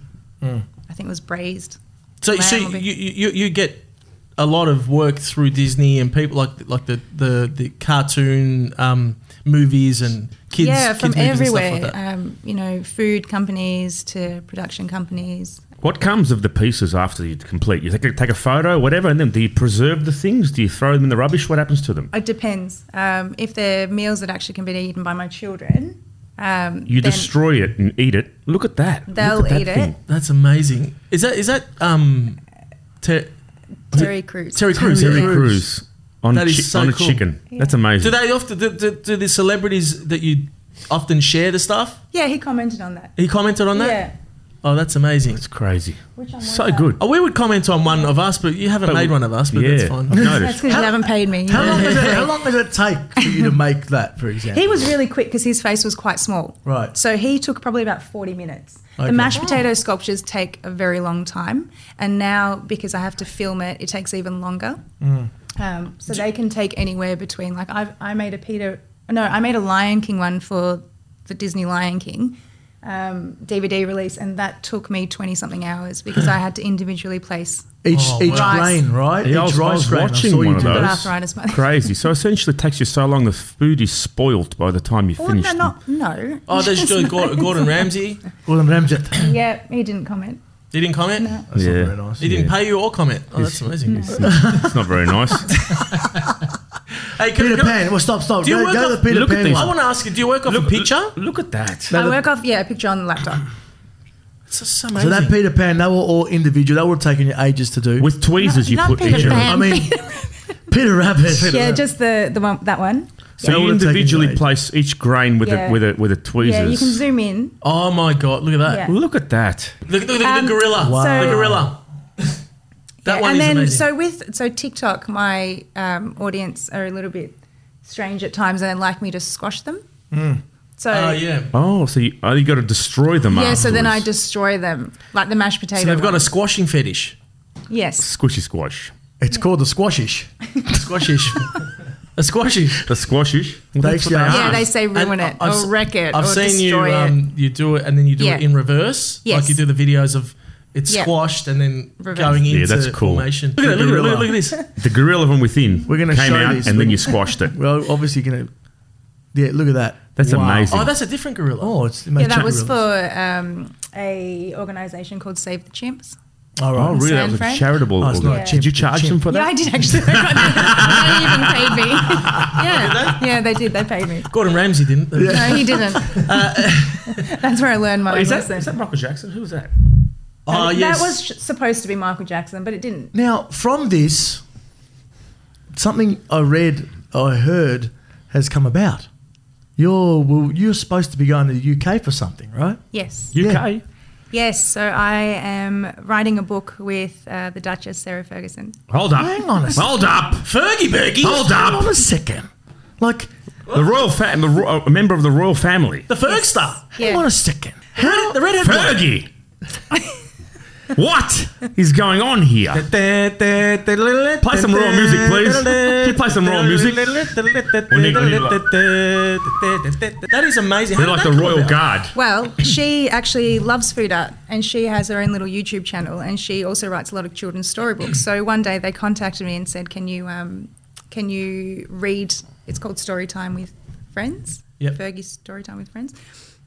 Speaker 3: Mm.
Speaker 5: I think it was braised.
Speaker 3: So, so
Speaker 5: Lamb will
Speaker 3: you,
Speaker 5: be-
Speaker 3: you you- you get a lot of work through Disney and people like like the the, the cartoon um, movies and kids.
Speaker 5: yeah,
Speaker 3: kids
Speaker 5: from
Speaker 3: movies and stuff
Speaker 5: everywhere.
Speaker 3: like that.
Speaker 5: um, you know, food companies to production companies.
Speaker 1: What comes of the pieces after you complete? You take a, take a photo, whatever, and then do you preserve the things? Do you throw them in the rubbish? What happens to them?
Speaker 5: It depends. Um, if they're meals that actually can be eaten by my children, um,
Speaker 1: You
Speaker 5: then
Speaker 1: destroy it and eat it. Look at that. Look
Speaker 5: They'll
Speaker 1: at that
Speaker 5: eat it.
Speaker 1: thing.
Speaker 3: That's amazing. Is that is that um, Ter-
Speaker 5: Terry Crews.
Speaker 3: Terry Crews?
Speaker 1: Terry
Speaker 3: yeah.
Speaker 1: Crews on,
Speaker 3: That
Speaker 1: chi-
Speaker 3: is so
Speaker 1: on a
Speaker 3: cool.
Speaker 1: chicken. That's
Speaker 3: Do
Speaker 1: amazing.
Speaker 3: they often do, do, do the celebrities that you often share the stuff?
Speaker 5: Yeah, he commented on that.
Speaker 3: He commented on that.
Speaker 5: Yeah.
Speaker 3: Oh, that's amazing.
Speaker 1: it's crazy.
Speaker 5: Which one was
Speaker 1: So
Speaker 5: that?
Speaker 1: good. (laughs)
Speaker 3: Oh, we would comment on one of us, but you haven't
Speaker 1: But
Speaker 3: made
Speaker 1: we-
Speaker 3: one of us. But
Speaker 1: yeah,
Speaker 3: that's fine.
Speaker 1: I've
Speaker 2: (laughs)
Speaker 3: (laughs)
Speaker 5: That's
Speaker 1: noticed.
Speaker 5: because you haven't paid me.
Speaker 2: How
Speaker 5: (laughs)
Speaker 2: long, does it, how long does it take for you to make that, for example?
Speaker 5: He was really quick because his face was quite small.
Speaker 2: Right.
Speaker 5: So he took probably about 40 minutes.
Speaker 2: Okay.
Speaker 5: The mashed potato sculptures take a very long time. And now, because I have to film it, it takes even longer.
Speaker 2: Mm.
Speaker 5: Um, so they can take anywhere between, like, I've, I made a Peter, no, I made a Lion King one for the Disney Lion King um, DVD release. And that took me 20 something hours because I had to individually place
Speaker 2: each
Speaker 3: Oh,
Speaker 2: each
Speaker 5: wow.
Speaker 2: grain, right?
Speaker 1: Yeah, I
Speaker 2: each
Speaker 1: was- I was
Speaker 2: grain.
Speaker 1: watching
Speaker 2: saw you
Speaker 1: one of
Speaker 2: do
Speaker 1: those.
Speaker 5: the
Speaker 2: that.
Speaker 5: arthritis. (laughs)
Speaker 1: Crazy. So essentially, it takes you so long the food is spoiled by the time you
Speaker 5: Well,
Speaker 1: finish.
Speaker 5: no, not, no.
Speaker 3: (laughs) Oh, there's Gordon, Gordon Ramsay.
Speaker 2: Gordon Ramsay. That's
Speaker 5: Yeah, he didn't comment.
Speaker 3: He didn't comment.
Speaker 2: not
Speaker 1: Yeah.
Speaker 2: very nice.
Speaker 3: He didn't
Speaker 1: Yeah.
Speaker 3: pay you or comment. Oh, that's amazing.
Speaker 1: It's not
Speaker 3: (laughs)
Speaker 1: very nice.
Speaker 3: Hey, can,
Speaker 2: Peter
Speaker 3: can-
Speaker 2: Pan. Well, stop, stop.
Speaker 3: Do you
Speaker 2: Go,
Speaker 3: work
Speaker 2: go to
Speaker 3: off-
Speaker 2: the Peter
Speaker 1: look at
Speaker 2: Pan
Speaker 1: these.
Speaker 3: I
Speaker 2: one.
Speaker 3: want to ask you: Do you work off a picture?
Speaker 1: Look at that.
Speaker 5: I work off, yeah, a picture on the laptop.
Speaker 3: It's just so amazing.
Speaker 2: So that Peter Pan, they were all individual. They were taken you ages to do.
Speaker 1: With tweezers, you
Speaker 5: not
Speaker 1: put
Speaker 5: Peter
Speaker 1: each other.
Speaker 5: Pan.
Speaker 2: I mean, Peter Rabbit.
Speaker 5: yeah, just the, the one that one.
Speaker 1: So
Speaker 2: That
Speaker 1: you
Speaker 2: would've taken
Speaker 1: individually
Speaker 2: ages.
Speaker 1: place each grain with
Speaker 5: Yeah.
Speaker 1: a with a with a tweezers.
Speaker 5: Yeah, you can zoom in.
Speaker 3: oh my god! Look at that.
Speaker 5: Yeah.
Speaker 1: Look at that.
Speaker 3: Look, look, look at
Speaker 5: Um,
Speaker 3: the gorilla.
Speaker 5: Wow.
Speaker 3: The gorilla. (laughs) That
Speaker 5: Yeah,
Speaker 3: one
Speaker 5: and
Speaker 3: is
Speaker 5: then
Speaker 3: amazing.
Speaker 5: so with so TikTok, my um, audience are a little bit strange at times and they like me to squash them. So
Speaker 3: oh yeah.
Speaker 1: Oh, so you, oh, you got to destroy them.
Speaker 5: yeah, so then I
Speaker 1: afterwards.
Speaker 5: destroy them like the mashed potato.
Speaker 3: So they've got a
Speaker 5: one.
Speaker 3: squashing fetish.
Speaker 5: yes.
Speaker 1: squishy squash.
Speaker 2: It's called the
Speaker 5: (laughs)
Speaker 2: squashish.
Speaker 3: Squashish. a squashish.
Speaker 1: The squashish. Well,
Speaker 2: They
Speaker 1: that's what
Speaker 2: actually
Speaker 1: they
Speaker 2: are.
Speaker 5: Yeah,
Speaker 1: are.
Speaker 5: they say
Speaker 3: And
Speaker 5: ruin it
Speaker 3: I've
Speaker 5: or
Speaker 3: s-
Speaker 5: wreck it
Speaker 3: I've
Speaker 5: or
Speaker 3: seen you.
Speaker 5: destroy it.
Speaker 3: Um, you do it and then you do
Speaker 5: Yeah.
Speaker 3: it in reverse. Like
Speaker 5: Yes.
Speaker 3: you do the videos of it's
Speaker 5: Yeah.
Speaker 3: squashed and then
Speaker 5: Reverse.
Speaker 3: going into
Speaker 1: Yeah, that's cool.
Speaker 3: formation. Oh, Look at it. Look at it. Look at, look at (laughs) this.
Speaker 1: the gorilla from within.
Speaker 2: We're gonna
Speaker 1: came
Speaker 2: show
Speaker 1: out
Speaker 2: this.
Speaker 1: and then
Speaker 2: We're-
Speaker 1: you squashed it.
Speaker 2: Well, obviously, you're going to. Yeah, look at that.
Speaker 1: That's
Speaker 2: Wow.
Speaker 1: amazing.
Speaker 3: Oh, that's a different gorilla.
Speaker 2: Oh, it's
Speaker 5: yeah, that was for um, a organisation called Save the Chimps.
Speaker 2: All
Speaker 1: oh,
Speaker 2: right.
Speaker 1: really? That
Speaker 5: San
Speaker 1: was a
Speaker 5: Fran?
Speaker 1: charitable.
Speaker 2: Oh, it's not a
Speaker 1: organ.
Speaker 2: chimp,
Speaker 1: Did you
Speaker 2: it's a
Speaker 1: charge them
Speaker 2: chimp.
Speaker 1: for
Speaker 5: Yeah, I
Speaker 1: that?
Speaker 5: did actually. (laughs) They, got they
Speaker 3: (laughs)
Speaker 5: even paid me. yeah, yeah, they did. They paid me.
Speaker 3: Gordon Ramsay didn't.
Speaker 5: No, he
Speaker 3: (laughs)
Speaker 5: didn't.
Speaker 3: Uh,
Speaker 5: (laughs) That's where I learned my
Speaker 1: is that,
Speaker 5: lesson.
Speaker 1: is that Michael Jackson? Who was that?
Speaker 3: Oh yes.
Speaker 5: That was sh- supposed to be Michael Jackson, but it didn't.
Speaker 2: Now, from this, something I read, I heard, has come about. You're well, you're supposed to be going to the UK for something, right?
Speaker 5: Yes.
Speaker 1: UK.
Speaker 5: Yes. So I am writing a book with uh, the Duchess Sarah Ferguson.
Speaker 1: Hold up.
Speaker 2: Hang on a second.
Speaker 1: Hold up.
Speaker 3: Fergie Bergie.
Speaker 1: Hold
Speaker 2: Hold on
Speaker 1: up.
Speaker 2: a second. Like,
Speaker 1: The royal fam. The ro- a member of the royal family.
Speaker 3: The Fergster.
Speaker 2: hang on a second.
Speaker 1: (laughs)
Speaker 3: The redhead.
Speaker 1: Fergie. What is going on here?
Speaker 3: Play
Speaker 1: some raw music, please. Can you play some raw music? We need- we need
Speaker 3: That is amazing.
Speaker 1: They're like the royal
Speaker 3: guard.
Speaker 1: guard.
Speaker 5: Well, she actually loves food art and she has her own little YouTube channel and she also writes a lot of children's storybooks. So one day they contacted me and said, "Can you um, can you read? It's called Story Time with Friends.
Speaker 3: Yep.
Speaker 5: Fergie's Story Time with Friends."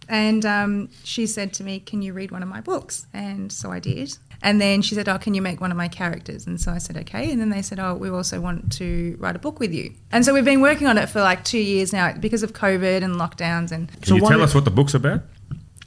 Speaker 5: And um, she said to me, "Can you read one of my books?" And so I did. And then she said, "Oh, can you make one of my characters?" And so I said, "Okay." And then they said, "Oh, we also want to write a book with you." And so we've been working on it for like two years now because of COVID and lockdowns and
Speaker 1: Can you
Speaker 3: one
Speaker 1: tell
Speaker 3: of-
Speaker 1: us what the book's about?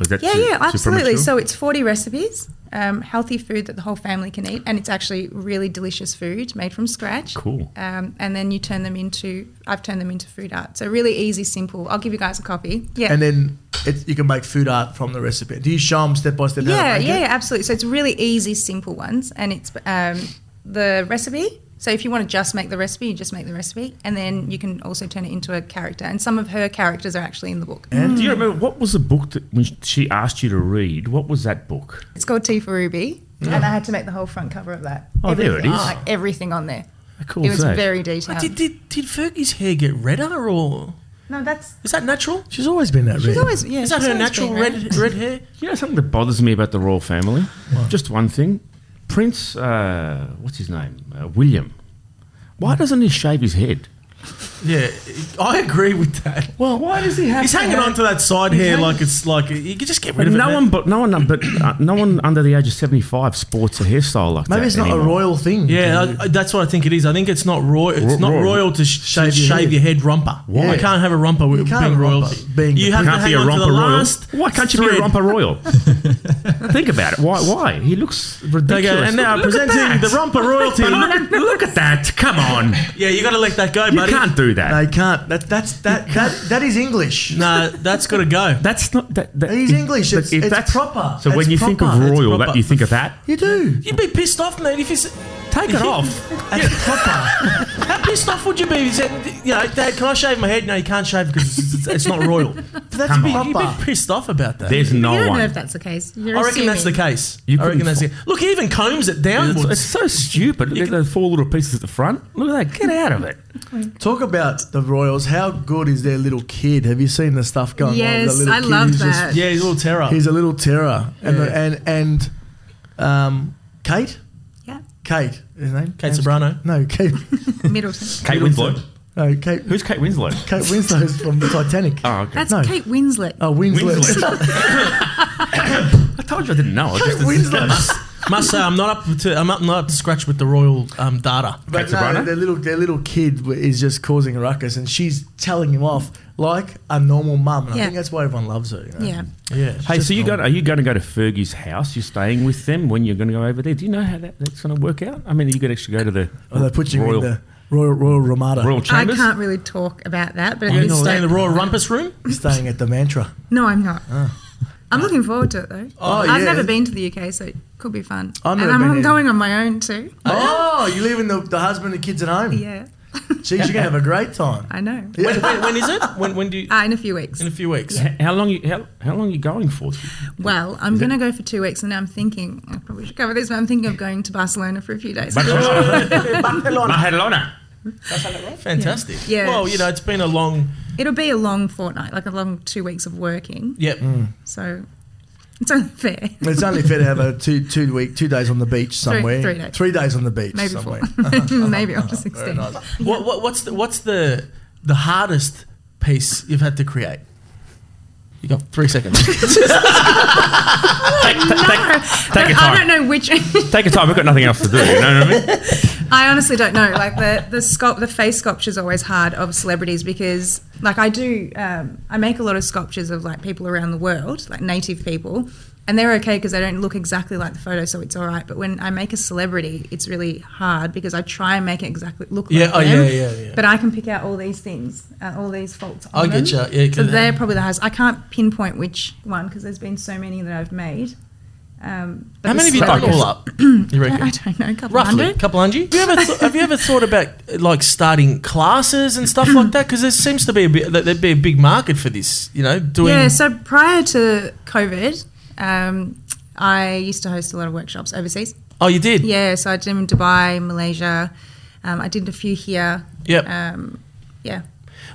Speaker 1: Is that
Speaker 5: yeah,
Speaker 1: too-
Speaker 5: yeah,
Speaker 1: too
Speaker 5: absolutely.
Speaker 1: premature?
Speaker 5: So it's 40 recipes, um, healthy food that the whole family can eat, and it's actually really delicious food made from scratch.
Speaker 1: Cool.
Speaker 5: Um, and then you turn them into, I've turned them into food art. So really easy, simple. I'll give you guys a copy. Yeah.
Speaker 2: And then it, you can make food art from the recipe. Do you show them step by
Speaker 1: uh,
Speaker 2: step? how to
Speaker 5: yeah,
Speaker 2: make
Speaker 5: yeah,
Speaker 2: it?
Speaker 5: yeah, absolutely. So it's really easy, simple ones, and it's um, the recipe. So if you want to just make the recipe, you just make the recipe, and then you can also turn it into a character. And some of her characters are actually in the book.
Speaker 1: Do you remember what was the book that when she asked you to read? What was that book?
Speaker 5: It's called Tea for Ruby, and I had to make the whole front cover of that.
Speaker 1: Oh, there it
Speaker 5: Everything,
Speaker 1: is.
Speaker 5: Like everything on there.
Speaker 1: How cool
Speaker 5: It
Speaker 1: is
Speaker 5: was
Speaker 1: that?
Speaker 5: very detailed.
Speaker 3: Did, did, did Fergie's hair get redder or
Speaker 5: no, that's
Speaker 3: is that natural?
Speaker 2: She's always been that
Speaker 5: she's
Speaker 2: red.
Speaker 5: always yeah.
Speaker 3: Is that
Speaker 5: she's
Speaker 3: her
Speaker 5: always
Speaker 3: natural
Speaker 5: been
Speaker 3: red red hair?
Speaker 1: You know something that bothers me about the royal family? Just one thing. Prince, uh, what's his name? Uh, William. Why doesn't he shave his head?
Speaker 3: Yeah, I agree with that.
Speaker 1: Well, why does he have?
Speaker 3: He's hanging on to that side hair like it's like you can just get rid of it.
Speaker 1: No
Speaker 3: man.
Speaker 1: one, but no one, but uh, no one under the age of seventy-five sports a hairstyle like that.
Speaker 2: Maybe it's not
Speaker 1: anymore.
Speaker 2: a royal thing.
Speaker 3: Yeah, I, I- that's what I think it is. I think it's not royal. It's
Speaker 1: Ro-
Speaker 3: not
Speaker 1: royal.
Speaker 3: royal to sh- shave,
Speaker 2: Shave your
Speaker 3: shave
Speaker 2: head.
Speaker 3: your head romper.
Speaker 1: Why?
Speaker 3: You can't have a romper with
Speaker 2: can't
Speaker 3: being
Speaker 2: have a romper
Speaker 3: royalty.
Speaker 2: being
Speaker 3: you
Speaker 2: the
Speaker 3: have to
Speaker 1: Can't
Speaker 3: hang
Speaker 1: be a
Speaker 3: on to
Speaker 1: romper
Speaker 3: the
Speaker 1: royal.
Speaker 3: last.
Speaker 1: Why can't you be a
Speaker 3: thread. (laughs)
Speaker 1: romper royal? Think about it. Why? Why? He looks
Speaker 3: They
Speaker 1: ridiculous.
Speaker 3: go, and now
Speaker 1: Look at
Speaker 3: presenting
Speaker 1: that.
Speaker 3: the romper royalty.
Speaker 1: Look- Look at that! Come on,
Speaker 3: yeah, you got to let that go,
Speaker 1: you
Speaker 3: buddy.
Speaker 1: can't do that.
Speaker 2: They can't. That, that's that, that that is
Speaker 1: (laughs)
Speaker 2: English.
Speaker 3: Nah, that's got to go.
Speaker 1: That's not that. that
Speaker 2: He's English.
Speaker 1: but
Speaker 2: It's- it's proper.
Speaker 1: So when
Speaker 2: It's
Speaker 1: you think of
Speaker 2: proper. It's
Speaker 1: royal, that
Speaker 3: proper.
Speaker 1: you think of that.
Speaker 2: You do.
Speaker 3: You'd be pissed off, mate, if you s-
Speaker 1: Take it off.
Speaker 2: That's proper.
Speaker 3: how pissed off would you be if you said, you know, Dad, can I shave my head? No, you can't shave because it's, it's, it's not royal.
Speaker 2: That's
Speaker 1: Come
Speaker 3: You'd be
Speaker 2: proper.
Speaker 3: pissed off about that.
Speaker 1: There's
Speaker 5: You
Speaker 1: no
Speaker 5: don't know
Speaker 1: one.
Speaker 5: if that's the case. You're
Speaker 3: I reckon that's the
Speaker 5: assuming.
Speaker 3: case.
Speaker 1: You
Speaker 3: I reckon
Speaker 1: couldn't
Speaker 3: that's the Look, he even combs it
Speaker 1: It's,
Speaker 3: downwards.
Speaker 1: it's so stupid. Look at those four little pieces at the front. Look at that. Get out of it.
Speaker 2: Talk about the royals. How good is their little kid? Have you seen the stuff going on? with
Speaker 5: Yes,
Speaker 2: the little
Speaker 5: I
Speaker 2: kid?
Speaker 5: love
Speaker 2: He's just-
Speaker 5: that.
Speaker 3: yeah, he's a little terror.
Speaker 2: he's a little terror. And
Speaker 3: Yeah.
Speaker 2: the- and and um, Kate,
Speaker 5: Yeah,
Speaker 2: Kate, his name.
Speaker 3: Kate
Speaker 2: Name's-
Speaker 3: Sobrano.
Speaker 2: No, Kate.
Speaker 3: (laughs)
Speaker 5: Middleton.
Speaker 1: Kate Winslow.
Speaker 2: No, Kate.
Speaker 1: Who's Kate Winslow?
Speaker 2: Kate Winslow's from the Titanic.
Speaker 1: Oh, okay.
Speaker 5: That's
Speaker 2: No.
Speaker 5: Kate Winslet.
Speaker 2: Oh, Winslet.
Speaker 1: Winslet. I told you I didn't know. I just
Speaker 2: Winslet.
Speaker 3: Must say, I'm not up to I'm up, not up to scratch with the royal um, data.
Speaker 2: But
Speaker 1: Kate Sobrano?
Speaker 2: no, their little their little kid w- is just causing a ruckus, and she's telling him off like a normal mum. And I
Speaker 5: Yeah.
Speaker 2: think that's why everyone loves her. You know?
Speaker 5: Yeah.
Speaker 3: Yeah.
Speaker 1: (laughs) Hey, so you
Speaker 2: got
Speaker 1: going, are you going to go to Fergie's house? You're staying with them when you're going to go over there? Do you know how that, that's going to work out? I mean, are you going to actually go to the
Speaker 2: Well, Oh, they put you
Speaker 1: royal,
Speaker 2: in the Royal Royal Ramada,
Speaker 1: royal
Speaker 5: I
Speaker 1: chambers?
Speaker 5: can't really talk about that, but
Speaker 3: You're
Speaker 5: it
Speaker 3: gonna
Speaker 5: is
Speaker 3: stay in the royal Ah. rumpus room.
Speaker 2: staying at the
Speaker 3: (laughs)
Speaker 2: Mantra.
Speaker 5: No, I'm not. I'm looking forward to it though.
Speaker 2: Oh,
Speaker 5: I've
Speaker 2: yeah.
Speaker 5: never been to the UK, so it could be fun.
Speaker 2: I've
Speaker 5: and
Speaker 2: never
Speaker 5: I'm
Speaker 2: been either.
Speaker 5: going on my own too.
Speaker 2: Oh, you're leaving the, the husband and kids at home.
Speaker 5: Yeah,
Speaker 2: Jeez, you're gonna have a great time.
Speaker 5: (laughs) I know.
Speaker 3: When, when, when is it? When when do you?
Speaker 5: Uh, in a few weeks.
Speaker 3: In a few weeks.
Speaker 1: H- How long you how, how long you going for?
Speaker 5: Well, I'm going to go for two weeks, and I'm thinking I probably should cover this, but I'm thinking of going to Barcelona for a few days.
Speaker 1: Barcelona.
Speaker 3: Fantastic.
Speaker 5: Yeah.
Speaker 3: Well, you know, it's been a long.
Speaker 5: It'll be a long fortnight, like a long two weeks of working.
Speaker 3: Yep.
Speaker 5: So it's only fair.
Speaker 2: It's only fair to have a two two week two days on the beach somewhere.
Speaker 5: three days.
Speaker 2: on the beach
Speaker 5: (laughs)
Speaker 3: (laughs)
Speaker 5: Maybe
Speaker 2: somewhere.
Speaker 5: four. (laughs) Maybe up to 16.
Speaker 3: What, what what's the what's the the hardest piece you've had to create? You got three seconds. (laughs)
Speaker 1: Take your
Speaker 5: But I don't
Speaker 1: time.
Speaker 5: know which. (laughs)
Speaker 1: Take your time. We've got nothing else to do. You know what I mean?
Speaker 5: I honestly don't know. Like the the sculpt, the face sculpture's always hard of celebrities because, like, I do, um, I make a lot of sculptures of like people around the world, like native people, and they're okay because they don't look exactly like the photo, so it's all right. But when I make a celebrity, it's really hard because I try and make it exactly look
Speaker 3: Yeah,
Speaker 5: like
Speaker 3: oh,
Speaker 5: them.
Speaker 3: yeah, yeah, yeah.
Speaker 5: But I can pick out all these things, uh, all these faults.
Speaker 3: I
Speaker 5: on
Speaker 3: get
Speaker 5: them.
Speaker 3: you. Yeah,
Speaker 5: so
Speaker 3: 'cause-
Speaker 5: they're probably the hardest. I can't pinpoint which one because there's been so many that I've made. Um, but
Speaker 3: How
Speaker 5: the
Speaker 3: many have you done
Speaker 5: celebrities-
Speaker 3: all
Speaker 5: (clears throat)
Speaker 3: up? You
Speaker 5: (laughs) I
Speaker 3: reckon?
Speaker 5: don't know, Uh, a couple
Speaker 3: Roughly,
Speaker 5: hundred.
Speaker 3: couple hundred. Have you ever th- have you ever thought about uh, like starting classes and stuff like that? Because there seems to be a bit, that there'd be a big market for this. You know, doing
Speaker 5: Yeah, so prior to COVID, um, I used to host a lot of workshops overseas.
Speaker 3: Oh, you did?
Speaker 5: Yeah, so I did them in Dubai, Malaysia. Um, I did a few here.
Speaker 3: Yep.
Speaker 5: Um, yeah.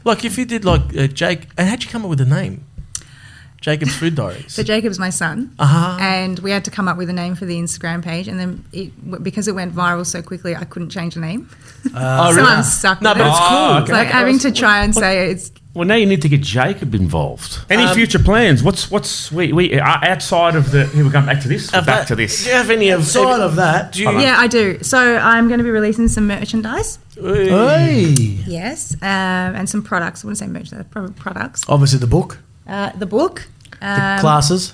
Speaker 3: Like if you did like uh, Jake, and how'd you come up with the name? Jacob's Food
Speaker 5: (laughs)
Speaker 3: Diaries.
Speaker 5: So Jacob's my son,
Speaker 3: Uh-huh.
Speaker 5: and we had to come up with a name for the Instagram page, and then it, because it went viral so quickly, I couldn't change the name.
Speaker 3: oh,
Speaker 5: so
Speaker 3: really?
Speaker 5: I'm stuck.
Speaker 3: No,
Speaker 5: with
Speaker 3: but
Speaker 5: it.
Speaker 3: it's cool.
Speaker 1: Ah,
Speaker 5: It's
Speaker 1: okay.
Speaker 5: like having to try and say it's
Speaker 6: Well, now you need to get Jacob involved.
Speaker 1: Any
Speaker 3: Um,
Speaker 1: future plans? What's what's we we are outside of the? Here we come back to this. We're
Speaker 3: Have
Speaker 1: back
Speaker 3: that-
Speaker 1: to this.
Speaker 3: Do you have any of
Speaker 2: Side of that,
Speaker 3: Do you,
Speaker 5: yeah, I do. So I'm going to be releasing some merchandise.
Speaker 2: Oh. hey,
Speaker 5: Yes, um, and some products. I wouldn't say merchandise, probably products.
Speaker 2: obviously the book,
Speaker 5: Uh, the book,
Speaker 2: the
Speaker 5: um,
Speaker 2: classes.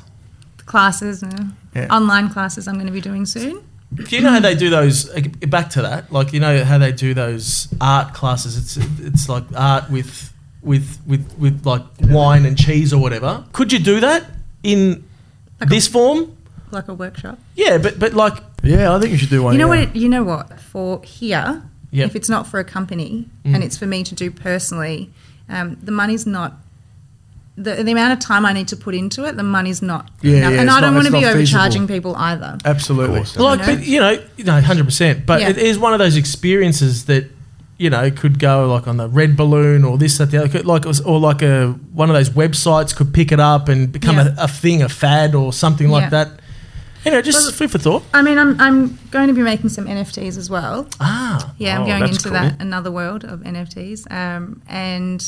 Speaker 5: classes, uh,
Speaker 2: Yeah.
Speaker 5: online classes. I'm going to be doing soon.
Speaker 3: do you know how they do those? uh, Back to that, like you know how they do those art classes. It's it's like art with with with with like wine and cheese or whatever. Could you do that in this form?
Speaker 5: Like a workshop.
Speaker 3: Yeah, but but like
Speaker 2: Yeah, I think you should do one.
Speaker 5: You know
Speaker 2: yeah.
Speaker 5: what? It, you know what? For here,
Speaker 3: Yep.
Speaker 5: if it's not for a company
Speaker 2: Mm.
Speaker 5: and it's for me to do personally, um, the money's not. The, the amount of time I need to put into it, the money's not.
Speaker 2: Yeah,
Speaker 5: enough.
Speaker 2: yeah,
Speaker 5: and
Speaker 2: it's
Speaker 5: I don't
Speaker 2: not-
Speaker 5: want
Speaker 2: it's
Speaker 5: to be
Speaker 2: not
Speaker 5: overcharging people either.
Speaker 2: Absolutely.
Speaker 3: like
Speaker 5: You know?
Speaker 3: but you know you know, 100% but
Speaker 5: Yeah.
Speaker 3: it is one of those experiences that you know could go like on the red balloon or this that the other could- like or like a one of those websites could pick it up and become
Speaker 5: Yeah.
Speaker 3: a, a thing a fad or something like
Speaker 5: Yeah.
Speaker 3: that you know just
Speaker 5: Well,
Speaker 3: food for thought
Speaker 5: I mean, I'm, I'm going to be making some NFTs as well.
Speaker 3: ah
Speaker 5: Yeah, I'm
Speaker 1: Oh,
Speaker 5: going
Speaker 1: that's
Speaker 5: into that another world of NFTs, um, and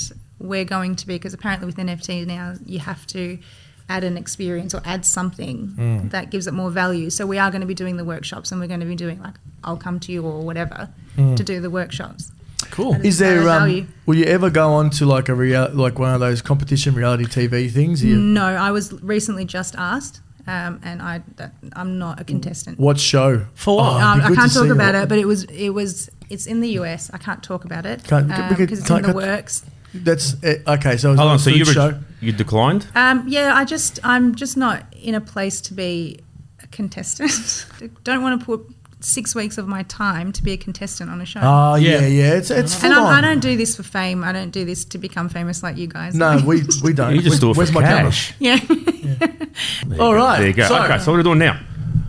Speaker 5: we're going to be because apparently with NFT now you have to add an experience or add something
Speaker 1: Hmm.
Speaker 5: that gives it more value. So we are going to be doing the workshops, and we're going to be doing like I'll come to you or whatever
Speaker 1: Hmm.
Speaker 5: to do the workshops.
Speaker 3: cool
Speaker 5: And
Speaker 2: Is there?
Speaker 5: added
Speaker 2: Um,
Speaker 5: value.
Speaker 2: will you ever go on to like a real, like one of those competition reality TV things? Are you-
Speaker 5: No, I was recently just asked, um, and I that, I'm not a contestant.
Speaker 2: What show?
Speaker 3: For
Speaker 2: Oh,
Speaker 3: what?
Speaker 2: it'd be
Speaker 5: Um, I
Speaker 2: good
Speaker 5: can't
Speaker 2: to
Speaker 5: talk
Speaker 2: see
Speaker 5: about
Speaker 2: what-
Speaker 5: it, but it was it was it's in the US. I can't talk about it because
Speaker 2: Can't- we could-
Speaker 5: it's in
Speaker 2: can't-
Speaker 5: the
Speaker 2: can't-
Speaker 5: works.
Speaker 2: That's it. okay. So it's not
Speaker 1: Hold on.
Speaker 2: a
Speaker 1: So
Speaker 2: food
Speaker 1: you
Speaker 2: show.
Speaker 1: were, you declined.
Speaker 5: Um, yeah, I just I'm just not in a place to be a contestant. (laughs) I don't want to put six weeks of my time to be a contestant on a show.
Speaker 2: Oh yeah,
Speaker 3: Yeah.
Speaker 2: yeah. It's it's full
Speaker 5: and I'm, I
Speaker 2: on.
Speaker 5: don't do this for fame. I don't do this to become famous like you guys.
Speaker 2: No, we
Speaker 1: (laughs)
Speaker 2: we don't.
Speaker 1: You just do it
Speaker 2: Where's
Speaker 1: for
Speaker 2: my
Speaker 1: cash.
Speaker 5: (laughs) yeah.
Speaker 2: camera? All
Speaker 3: Oh,
Speaker 2: right.
Speaker 1: There you go.
Speaker 3: So-
Speaker 1: okay. So what are we doing now?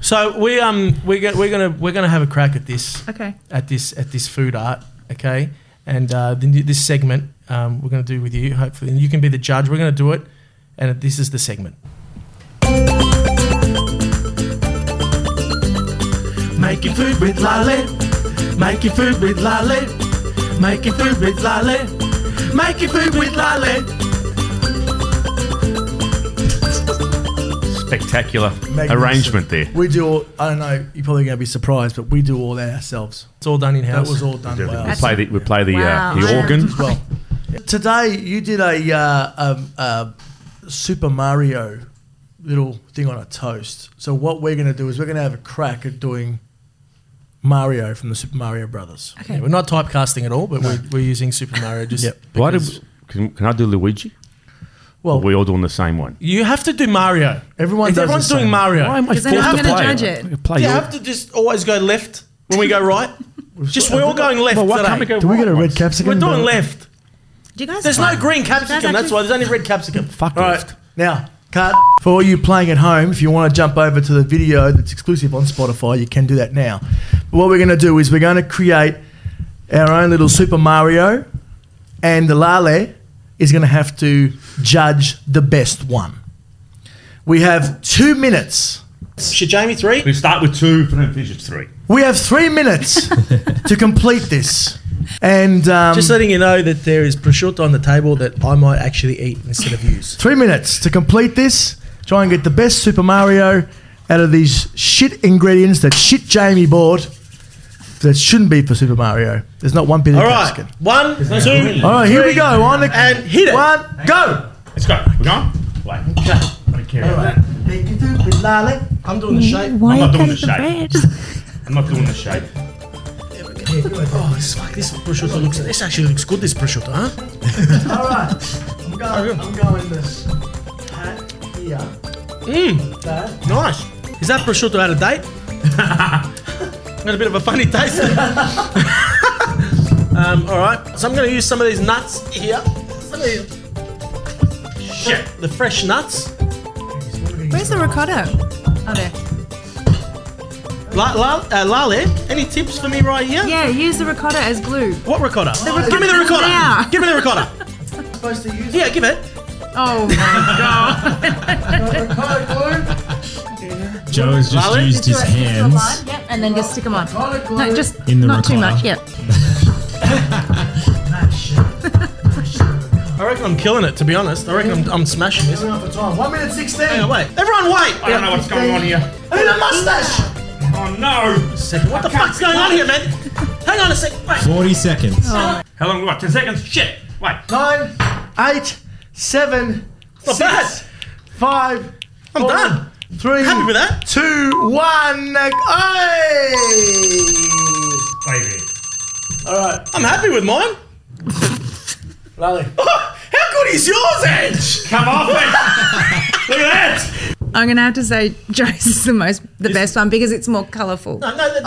Speaker 3: so we um we're gonna we're gonna we're gonna have a crack at this
Speaker 5: okay.
Speaker 3: at this at this food art, okay? And uh, the, this segment um, we're going to do with you, hopefully, and you can be the judge. We're going to do it, and this is the segment. Making food with Lale, making food with Lale, making food with Lale, making food with Lale.
Speaker 1: Spectacular
Speaker 2: Magnificent.
Speaker 1: arrangement there.
Speaker 2: We do all. I don't know. You're probably going to be surprised, but we do all that ourselves.
Speaker 3: It's all done in
Speaker 2: That
Speaker 3: house.
Speaker 2: was all done
Speaker 1: We
Speaker 2: by us.
Speaker 1: play the we play the
Speaker 5: Wow.
Speaker 1: uh, the
Speaker 5: Yeah.
Speaker 1: organ.
Speaker 2: as well. Today you did a, uh, um, uh, Super Mario little thing on a toast. So what we're going to do is we're going to have a crack at doing Mario from the Super Mario Brothers.
Speaker 5: Okay.
Speaker 3: Yeah, we're not typecasting at all, but we're, we're using Super Mario. Just
Speaker 2: Yep.
Speaker 1: Why did
Speaker 3: because-
Speaker 1: can, can I do Luigi?
Speaker 2: Well,
Speaker 1: Or are we all doing the same one?
Speaker 3: you have to do Mario.
Speaker 2: Everyone does
Speaker 3: If
Speaker 2: the
Speaker 3: everyone's doing
Speaker 2: same.
Speaker 3: Mario.
Speaker 1: Why am I
Speaker 5: Because then
Speaker 1: forced
Speaker 5: I'm
Speaker 1: to
Speaker 5: gonna
Speaker 1: play?
Speaker 5: judge it.
Speaker 1: Play
Speaker 3: Do you
Speaker 1: your-
Speaker 3: have to just always go left when we go right? just we're all going left
Speaker 1: Well, why
Speaker 3: today.
Speaker 1: can't we go
Speaker 2: do we get a
Speaker 1: right
Speaker 2: red
Speaker 1: once?
Speaker 2: capsicum?
Speaker 3: We're doing left.
Speaker 5: Do you guys?
Speaker 3: There's no green capsicum. That's
Speaker 5: actually-
Speaker 3: why there's only red capsicum.
Speaker 1: Fuck
Speaker 2: All
Speaker 1: left.
Speaker 2: right, now cut. For all you playing at home, if you want to jump over to the video that's exclusive on Spotify, you can do that now. But what we're going to do is we're going to create our own little Super Mario, and Lale is going to have to judge the best one. We have two minutes.
Speaker 3: Shit, Jamie, three.
Speaker 1: We start with two, but then finish at three.
Speaker 2: We have three minutes to complete this. And um,
Speaker 3: Just letting you know that there is prosciutto on the table that I might actually eat instead of
Speaker 2: (laughs)
Speaker 3: use.
Speaker 2: Three minutes to complete this. Try and get the best Super Mario out of these shit ingredients that shit Jamie bought that shouldn't be for Super Mario. There's not one bit of
Speaker 3: All right,
Speaker 2: capsicum.
Speaker 3: one, two.
Speaker 2: All right, here we
Speaker 3: three.
Speaker 2: go. On the
Speaker 3: And hit it.
Speaker 2: One, go.
Speaker 1: Let's go. We're going? Wait.
Speaker 3: I'm
Speaker 2: Mm-hmm.
Speaker 3: doing the shape.
Speaker 1: I'm not doing the shape. I'm not doing the (laughs) shape.
Speaker 3: Oh, this, fuck, this prosciutto looks. This actually looks good. This prosciutto, huh?
Speaker 2: All right, I'm going. I'm going this hat here. Mm.
Speaker 3: Mmm,
Speaker 2: That.
Speaker 3: nice. Is that prosciutto out
Speaker 2: (laughs)
Speaker 3: of date? Got a bit of a funny taste. um, all right, so I'm going to use some of these nuts here. Some of these
Speaker 1: Shit.
Speaker 3: the fresh nuts.
Speaker 5: Where's the ricotta? Oh, there.
Speaker 3: La, la, uh, Lale, any tips for me right here?
Speaker 5: Yeah, use the ricotta as glue.
Speaker 3: What ricotta?
Speaker 5: ricotta
Speaker 3: Give me the ricotta.
Speaker 5: now.
Speaker 3: Give me the ricotta.
Speaker 2: supposed to use
Speaker 3: Yeah, give it.
Speaker 2: (laughs)
Speaker 5: Oh my god.
Speaker 7: Joe's just
Speaker 3: Lally?
Speaker 7: used his hands.
Speaker 5: Yep, and then just stick them on.
Speaker 2: glue.
Speaker 5: No, just
Speaker 7: In the
Speaker 5: not too
Speaker 7: ricotta.
Speaker 5: much. Yep.
Speaker 3: I reckon I'm killing it, to be honest. I reckon I'm, I'm smashing this.
Speaker 2: Enough for time. One minute sixteen.
Speaker 3: Hang on, wait. Everyone, wait.
Speaker 1: I don't know what's going on here.
Speaker 2: And a mustache.
Speaker 1: Oh no!
Speaker 3: Second, what the fuck's going on here, man? Hang on a sec. Wait.
Speaker 7: 40 seconds.
Speaker 1: How long we got? Ten seconds? Shit! Wait.
Speaker 2: Nine, eight, seven,
Speaker 3: Not bad.
Speaker 2: five,
Speaker 3: I'm
Speaker 2: four,
Speaker 3: done.
Speaker 2: three,
Speaker 3: Happy with that?
Speaker 2: two, one. Aye.
Speaker 1: Baby.
Speaker 2: All right,
Speaker 3: I'm happy with mine.
Speaker 2: Lally.
Speaker 3: How good is yours, Edge?
Speaker 1: Come off it! Look at that!
Speaker 5: I'm gonna have to say Joe's is the most the best one because it's more colourful.
Speaker 3: No, no, no.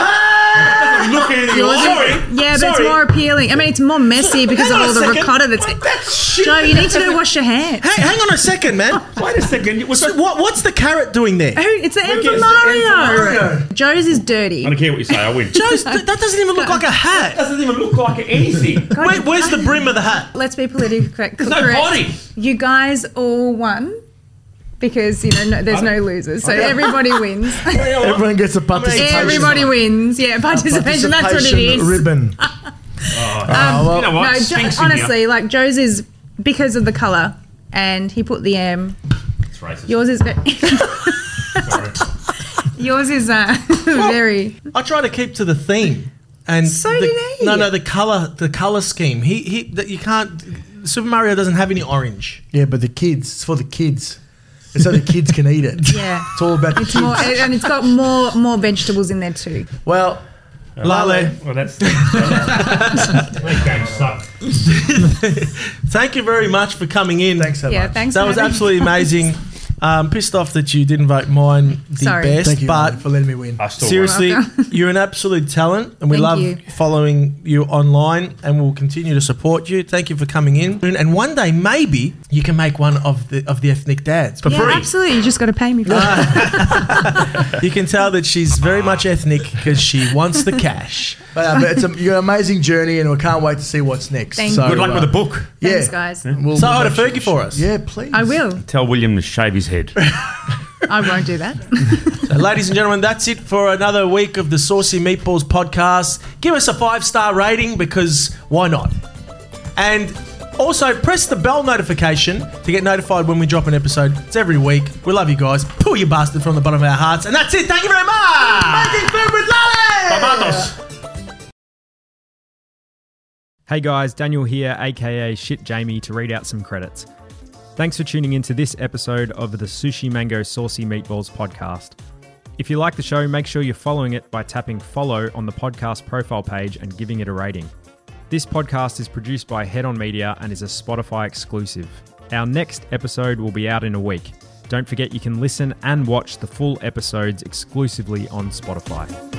Speaker 1: Look at it! Sorry!
Speaker 5: Yeah, but
Speaker 1: Sorry.
Speaker 5: it's more appealing. I mean, it's more messy because of
Speaker 3: Hang on
Speaker 5: all
Speaker 3: a
Speaker 5: the
Speaker 3: second.
Speaker 5: ricotta that's.
Speaker 3: That's shit.
Speaker 5: Joe, you need to go wash your hands.
Speaker 3: Hey, hang on a second, man.
Speaker 1: Wait a second. It was
Speaker 3: So what, what's the carrot doing there?
Speaker 5: Oh, it's the end for
Speaker 1: it's
Speaker 5: Mario. Joe's is
Speaker 1: I
Speaker 5: dirty.
Speaker 1: don't care what you say, I (laughs) win.
Speaker 3: Joe's, that that doesn't even look like a hat.
Speaker 1: doesn't even look like anything.
Speaker 5: God,
Speaker 3: Wait, where's the brim of the hat?
Speaker 5: Let's be politically correct.
Speaker 1: no
Speaker 5: correct.
Speaker 1: body.
Speaker 5: You guys all won because you know no, there's no losers, so everybody wins.
Speaker 2: Everyone gets a participation.
Speaker 5: everybody wins. Yeah, participation. That's what it
Speaker 2: Participation
Speaker 5: is.
Speaker 2: Ribbon.
Speaker 1: you know what?
Speaker 5: No, Jo-
Speaker 1: Sphinx in here.
Speaker 5: honestly, like Joe's is because of the color, and he put the M.
Speaker 1: It's racist.
Speaker 5: Yours is.
Speaker 1: (laughs)
Speaker 5: (laughs) Yours is uh, (laughs) very.
Speaker 3: I try to keep to the theme. And
Speaker 5: So
Speaker 3: the,
Speaker 5: did he.
Speaker 3: No, no, the color, the color scheme. He, he, that you can't. Super Mario doesn't have any orange.
Speaker 2: Yeah, but the kids. It's for the kids. It's so the kids can eat it.
Speaker 5: Yeah.
Speaker 2: It's all about the
Speaker 5: It's more,
Speaker 2: kids.
Speaker 5: and it's got more more vegetables in there too.
Speaker 2: Well,
Speaker 3: Lale,
Speaker 1: Well, that's. that game sucked.
Speaker 3: thank you very much for coming in.
Speaker 2: thanks so
Speaker 5: Yeah,
Speaker 2: much.
Speaker 5: thanks.
Speaker 3: That
Speaker 5: for
Speaker 3: was
Speaker 5: having-
Speaker 2: (laughs)
Speaker 3: absolutely amazing. Um, pissed off that you didn't vote mine the
Speaker 5: Sorry.
Speaker 3: best,
Speaker 2: Thank you
Speaker 3: but
Speaker 2: Lally, for letting me win.
Speaker 1: I still
Speaker 3: seriously,
Speaker 5: welcome.
Speaker 3: you're an absolute talent, and we
Speaker 5: Thank
Speaker 3: love
Speaker 5: you.
Speaker 3: following you online, and we'll continue to support you. Thank you for coming in, and one day maybe you can make one of the of the ethnic dads.
Speaker 1: won. For
Speaker 5: Yeah,
Speaker 1: free.
Speaker 5: absolutely. You just got to pay me for it.
Speaker 3: You can tell that she's very much ethnic because she wants the cash.
Speaker 2: But, uh, but it's a, you're an amazing journey, and we can't wait to see what's next.
Speaker 5: Thank
Speaker 2: so,
Speaker 5: you.
Speaker 1: Good luck
Speaker 2: uh,
Speaker 1: with the book.
Speaker 2: Yeah.
Speaker 5: Thanks, guys.
Speaker 2: We'll,
Speaker 3: So
Speaker 2: we'll
Speaker 3: I to
Speaker 2: make sure-
Speaker 3: Fergie for us.
Speaker 2: Yeah, please.
Speaker 5: I will.
Speaker 1: Tell William to shave his head.
Speaker 5: I won't do that.
Speaker 3: So, ladies and gentlemen, that's it for another week of the Saucy Meatballs podcast. Give us a five star rating because why not? And also press the bell notification to get notified when we drop an episode. It's every week. We love you guys. Pull you bastard from the bottom of our hearts. And that's it. Thank you very much. Making food with Lally.
Speaker 8: Hey guys, Daniel here, aka Shit Jamie, to read out some credits. Thanks for tuning in to this episode of the Sushi Mango Saucy Meatballs podcast. If you like the show, make sure you're following it by tapping follow on the podcast profile page and giving it a rating. This podcast is produced by Head On Media and is a Spotify exclusive. Our next episode will be out in a week. Don't forget you can listen and watch the full episodes exclusively on Spotify.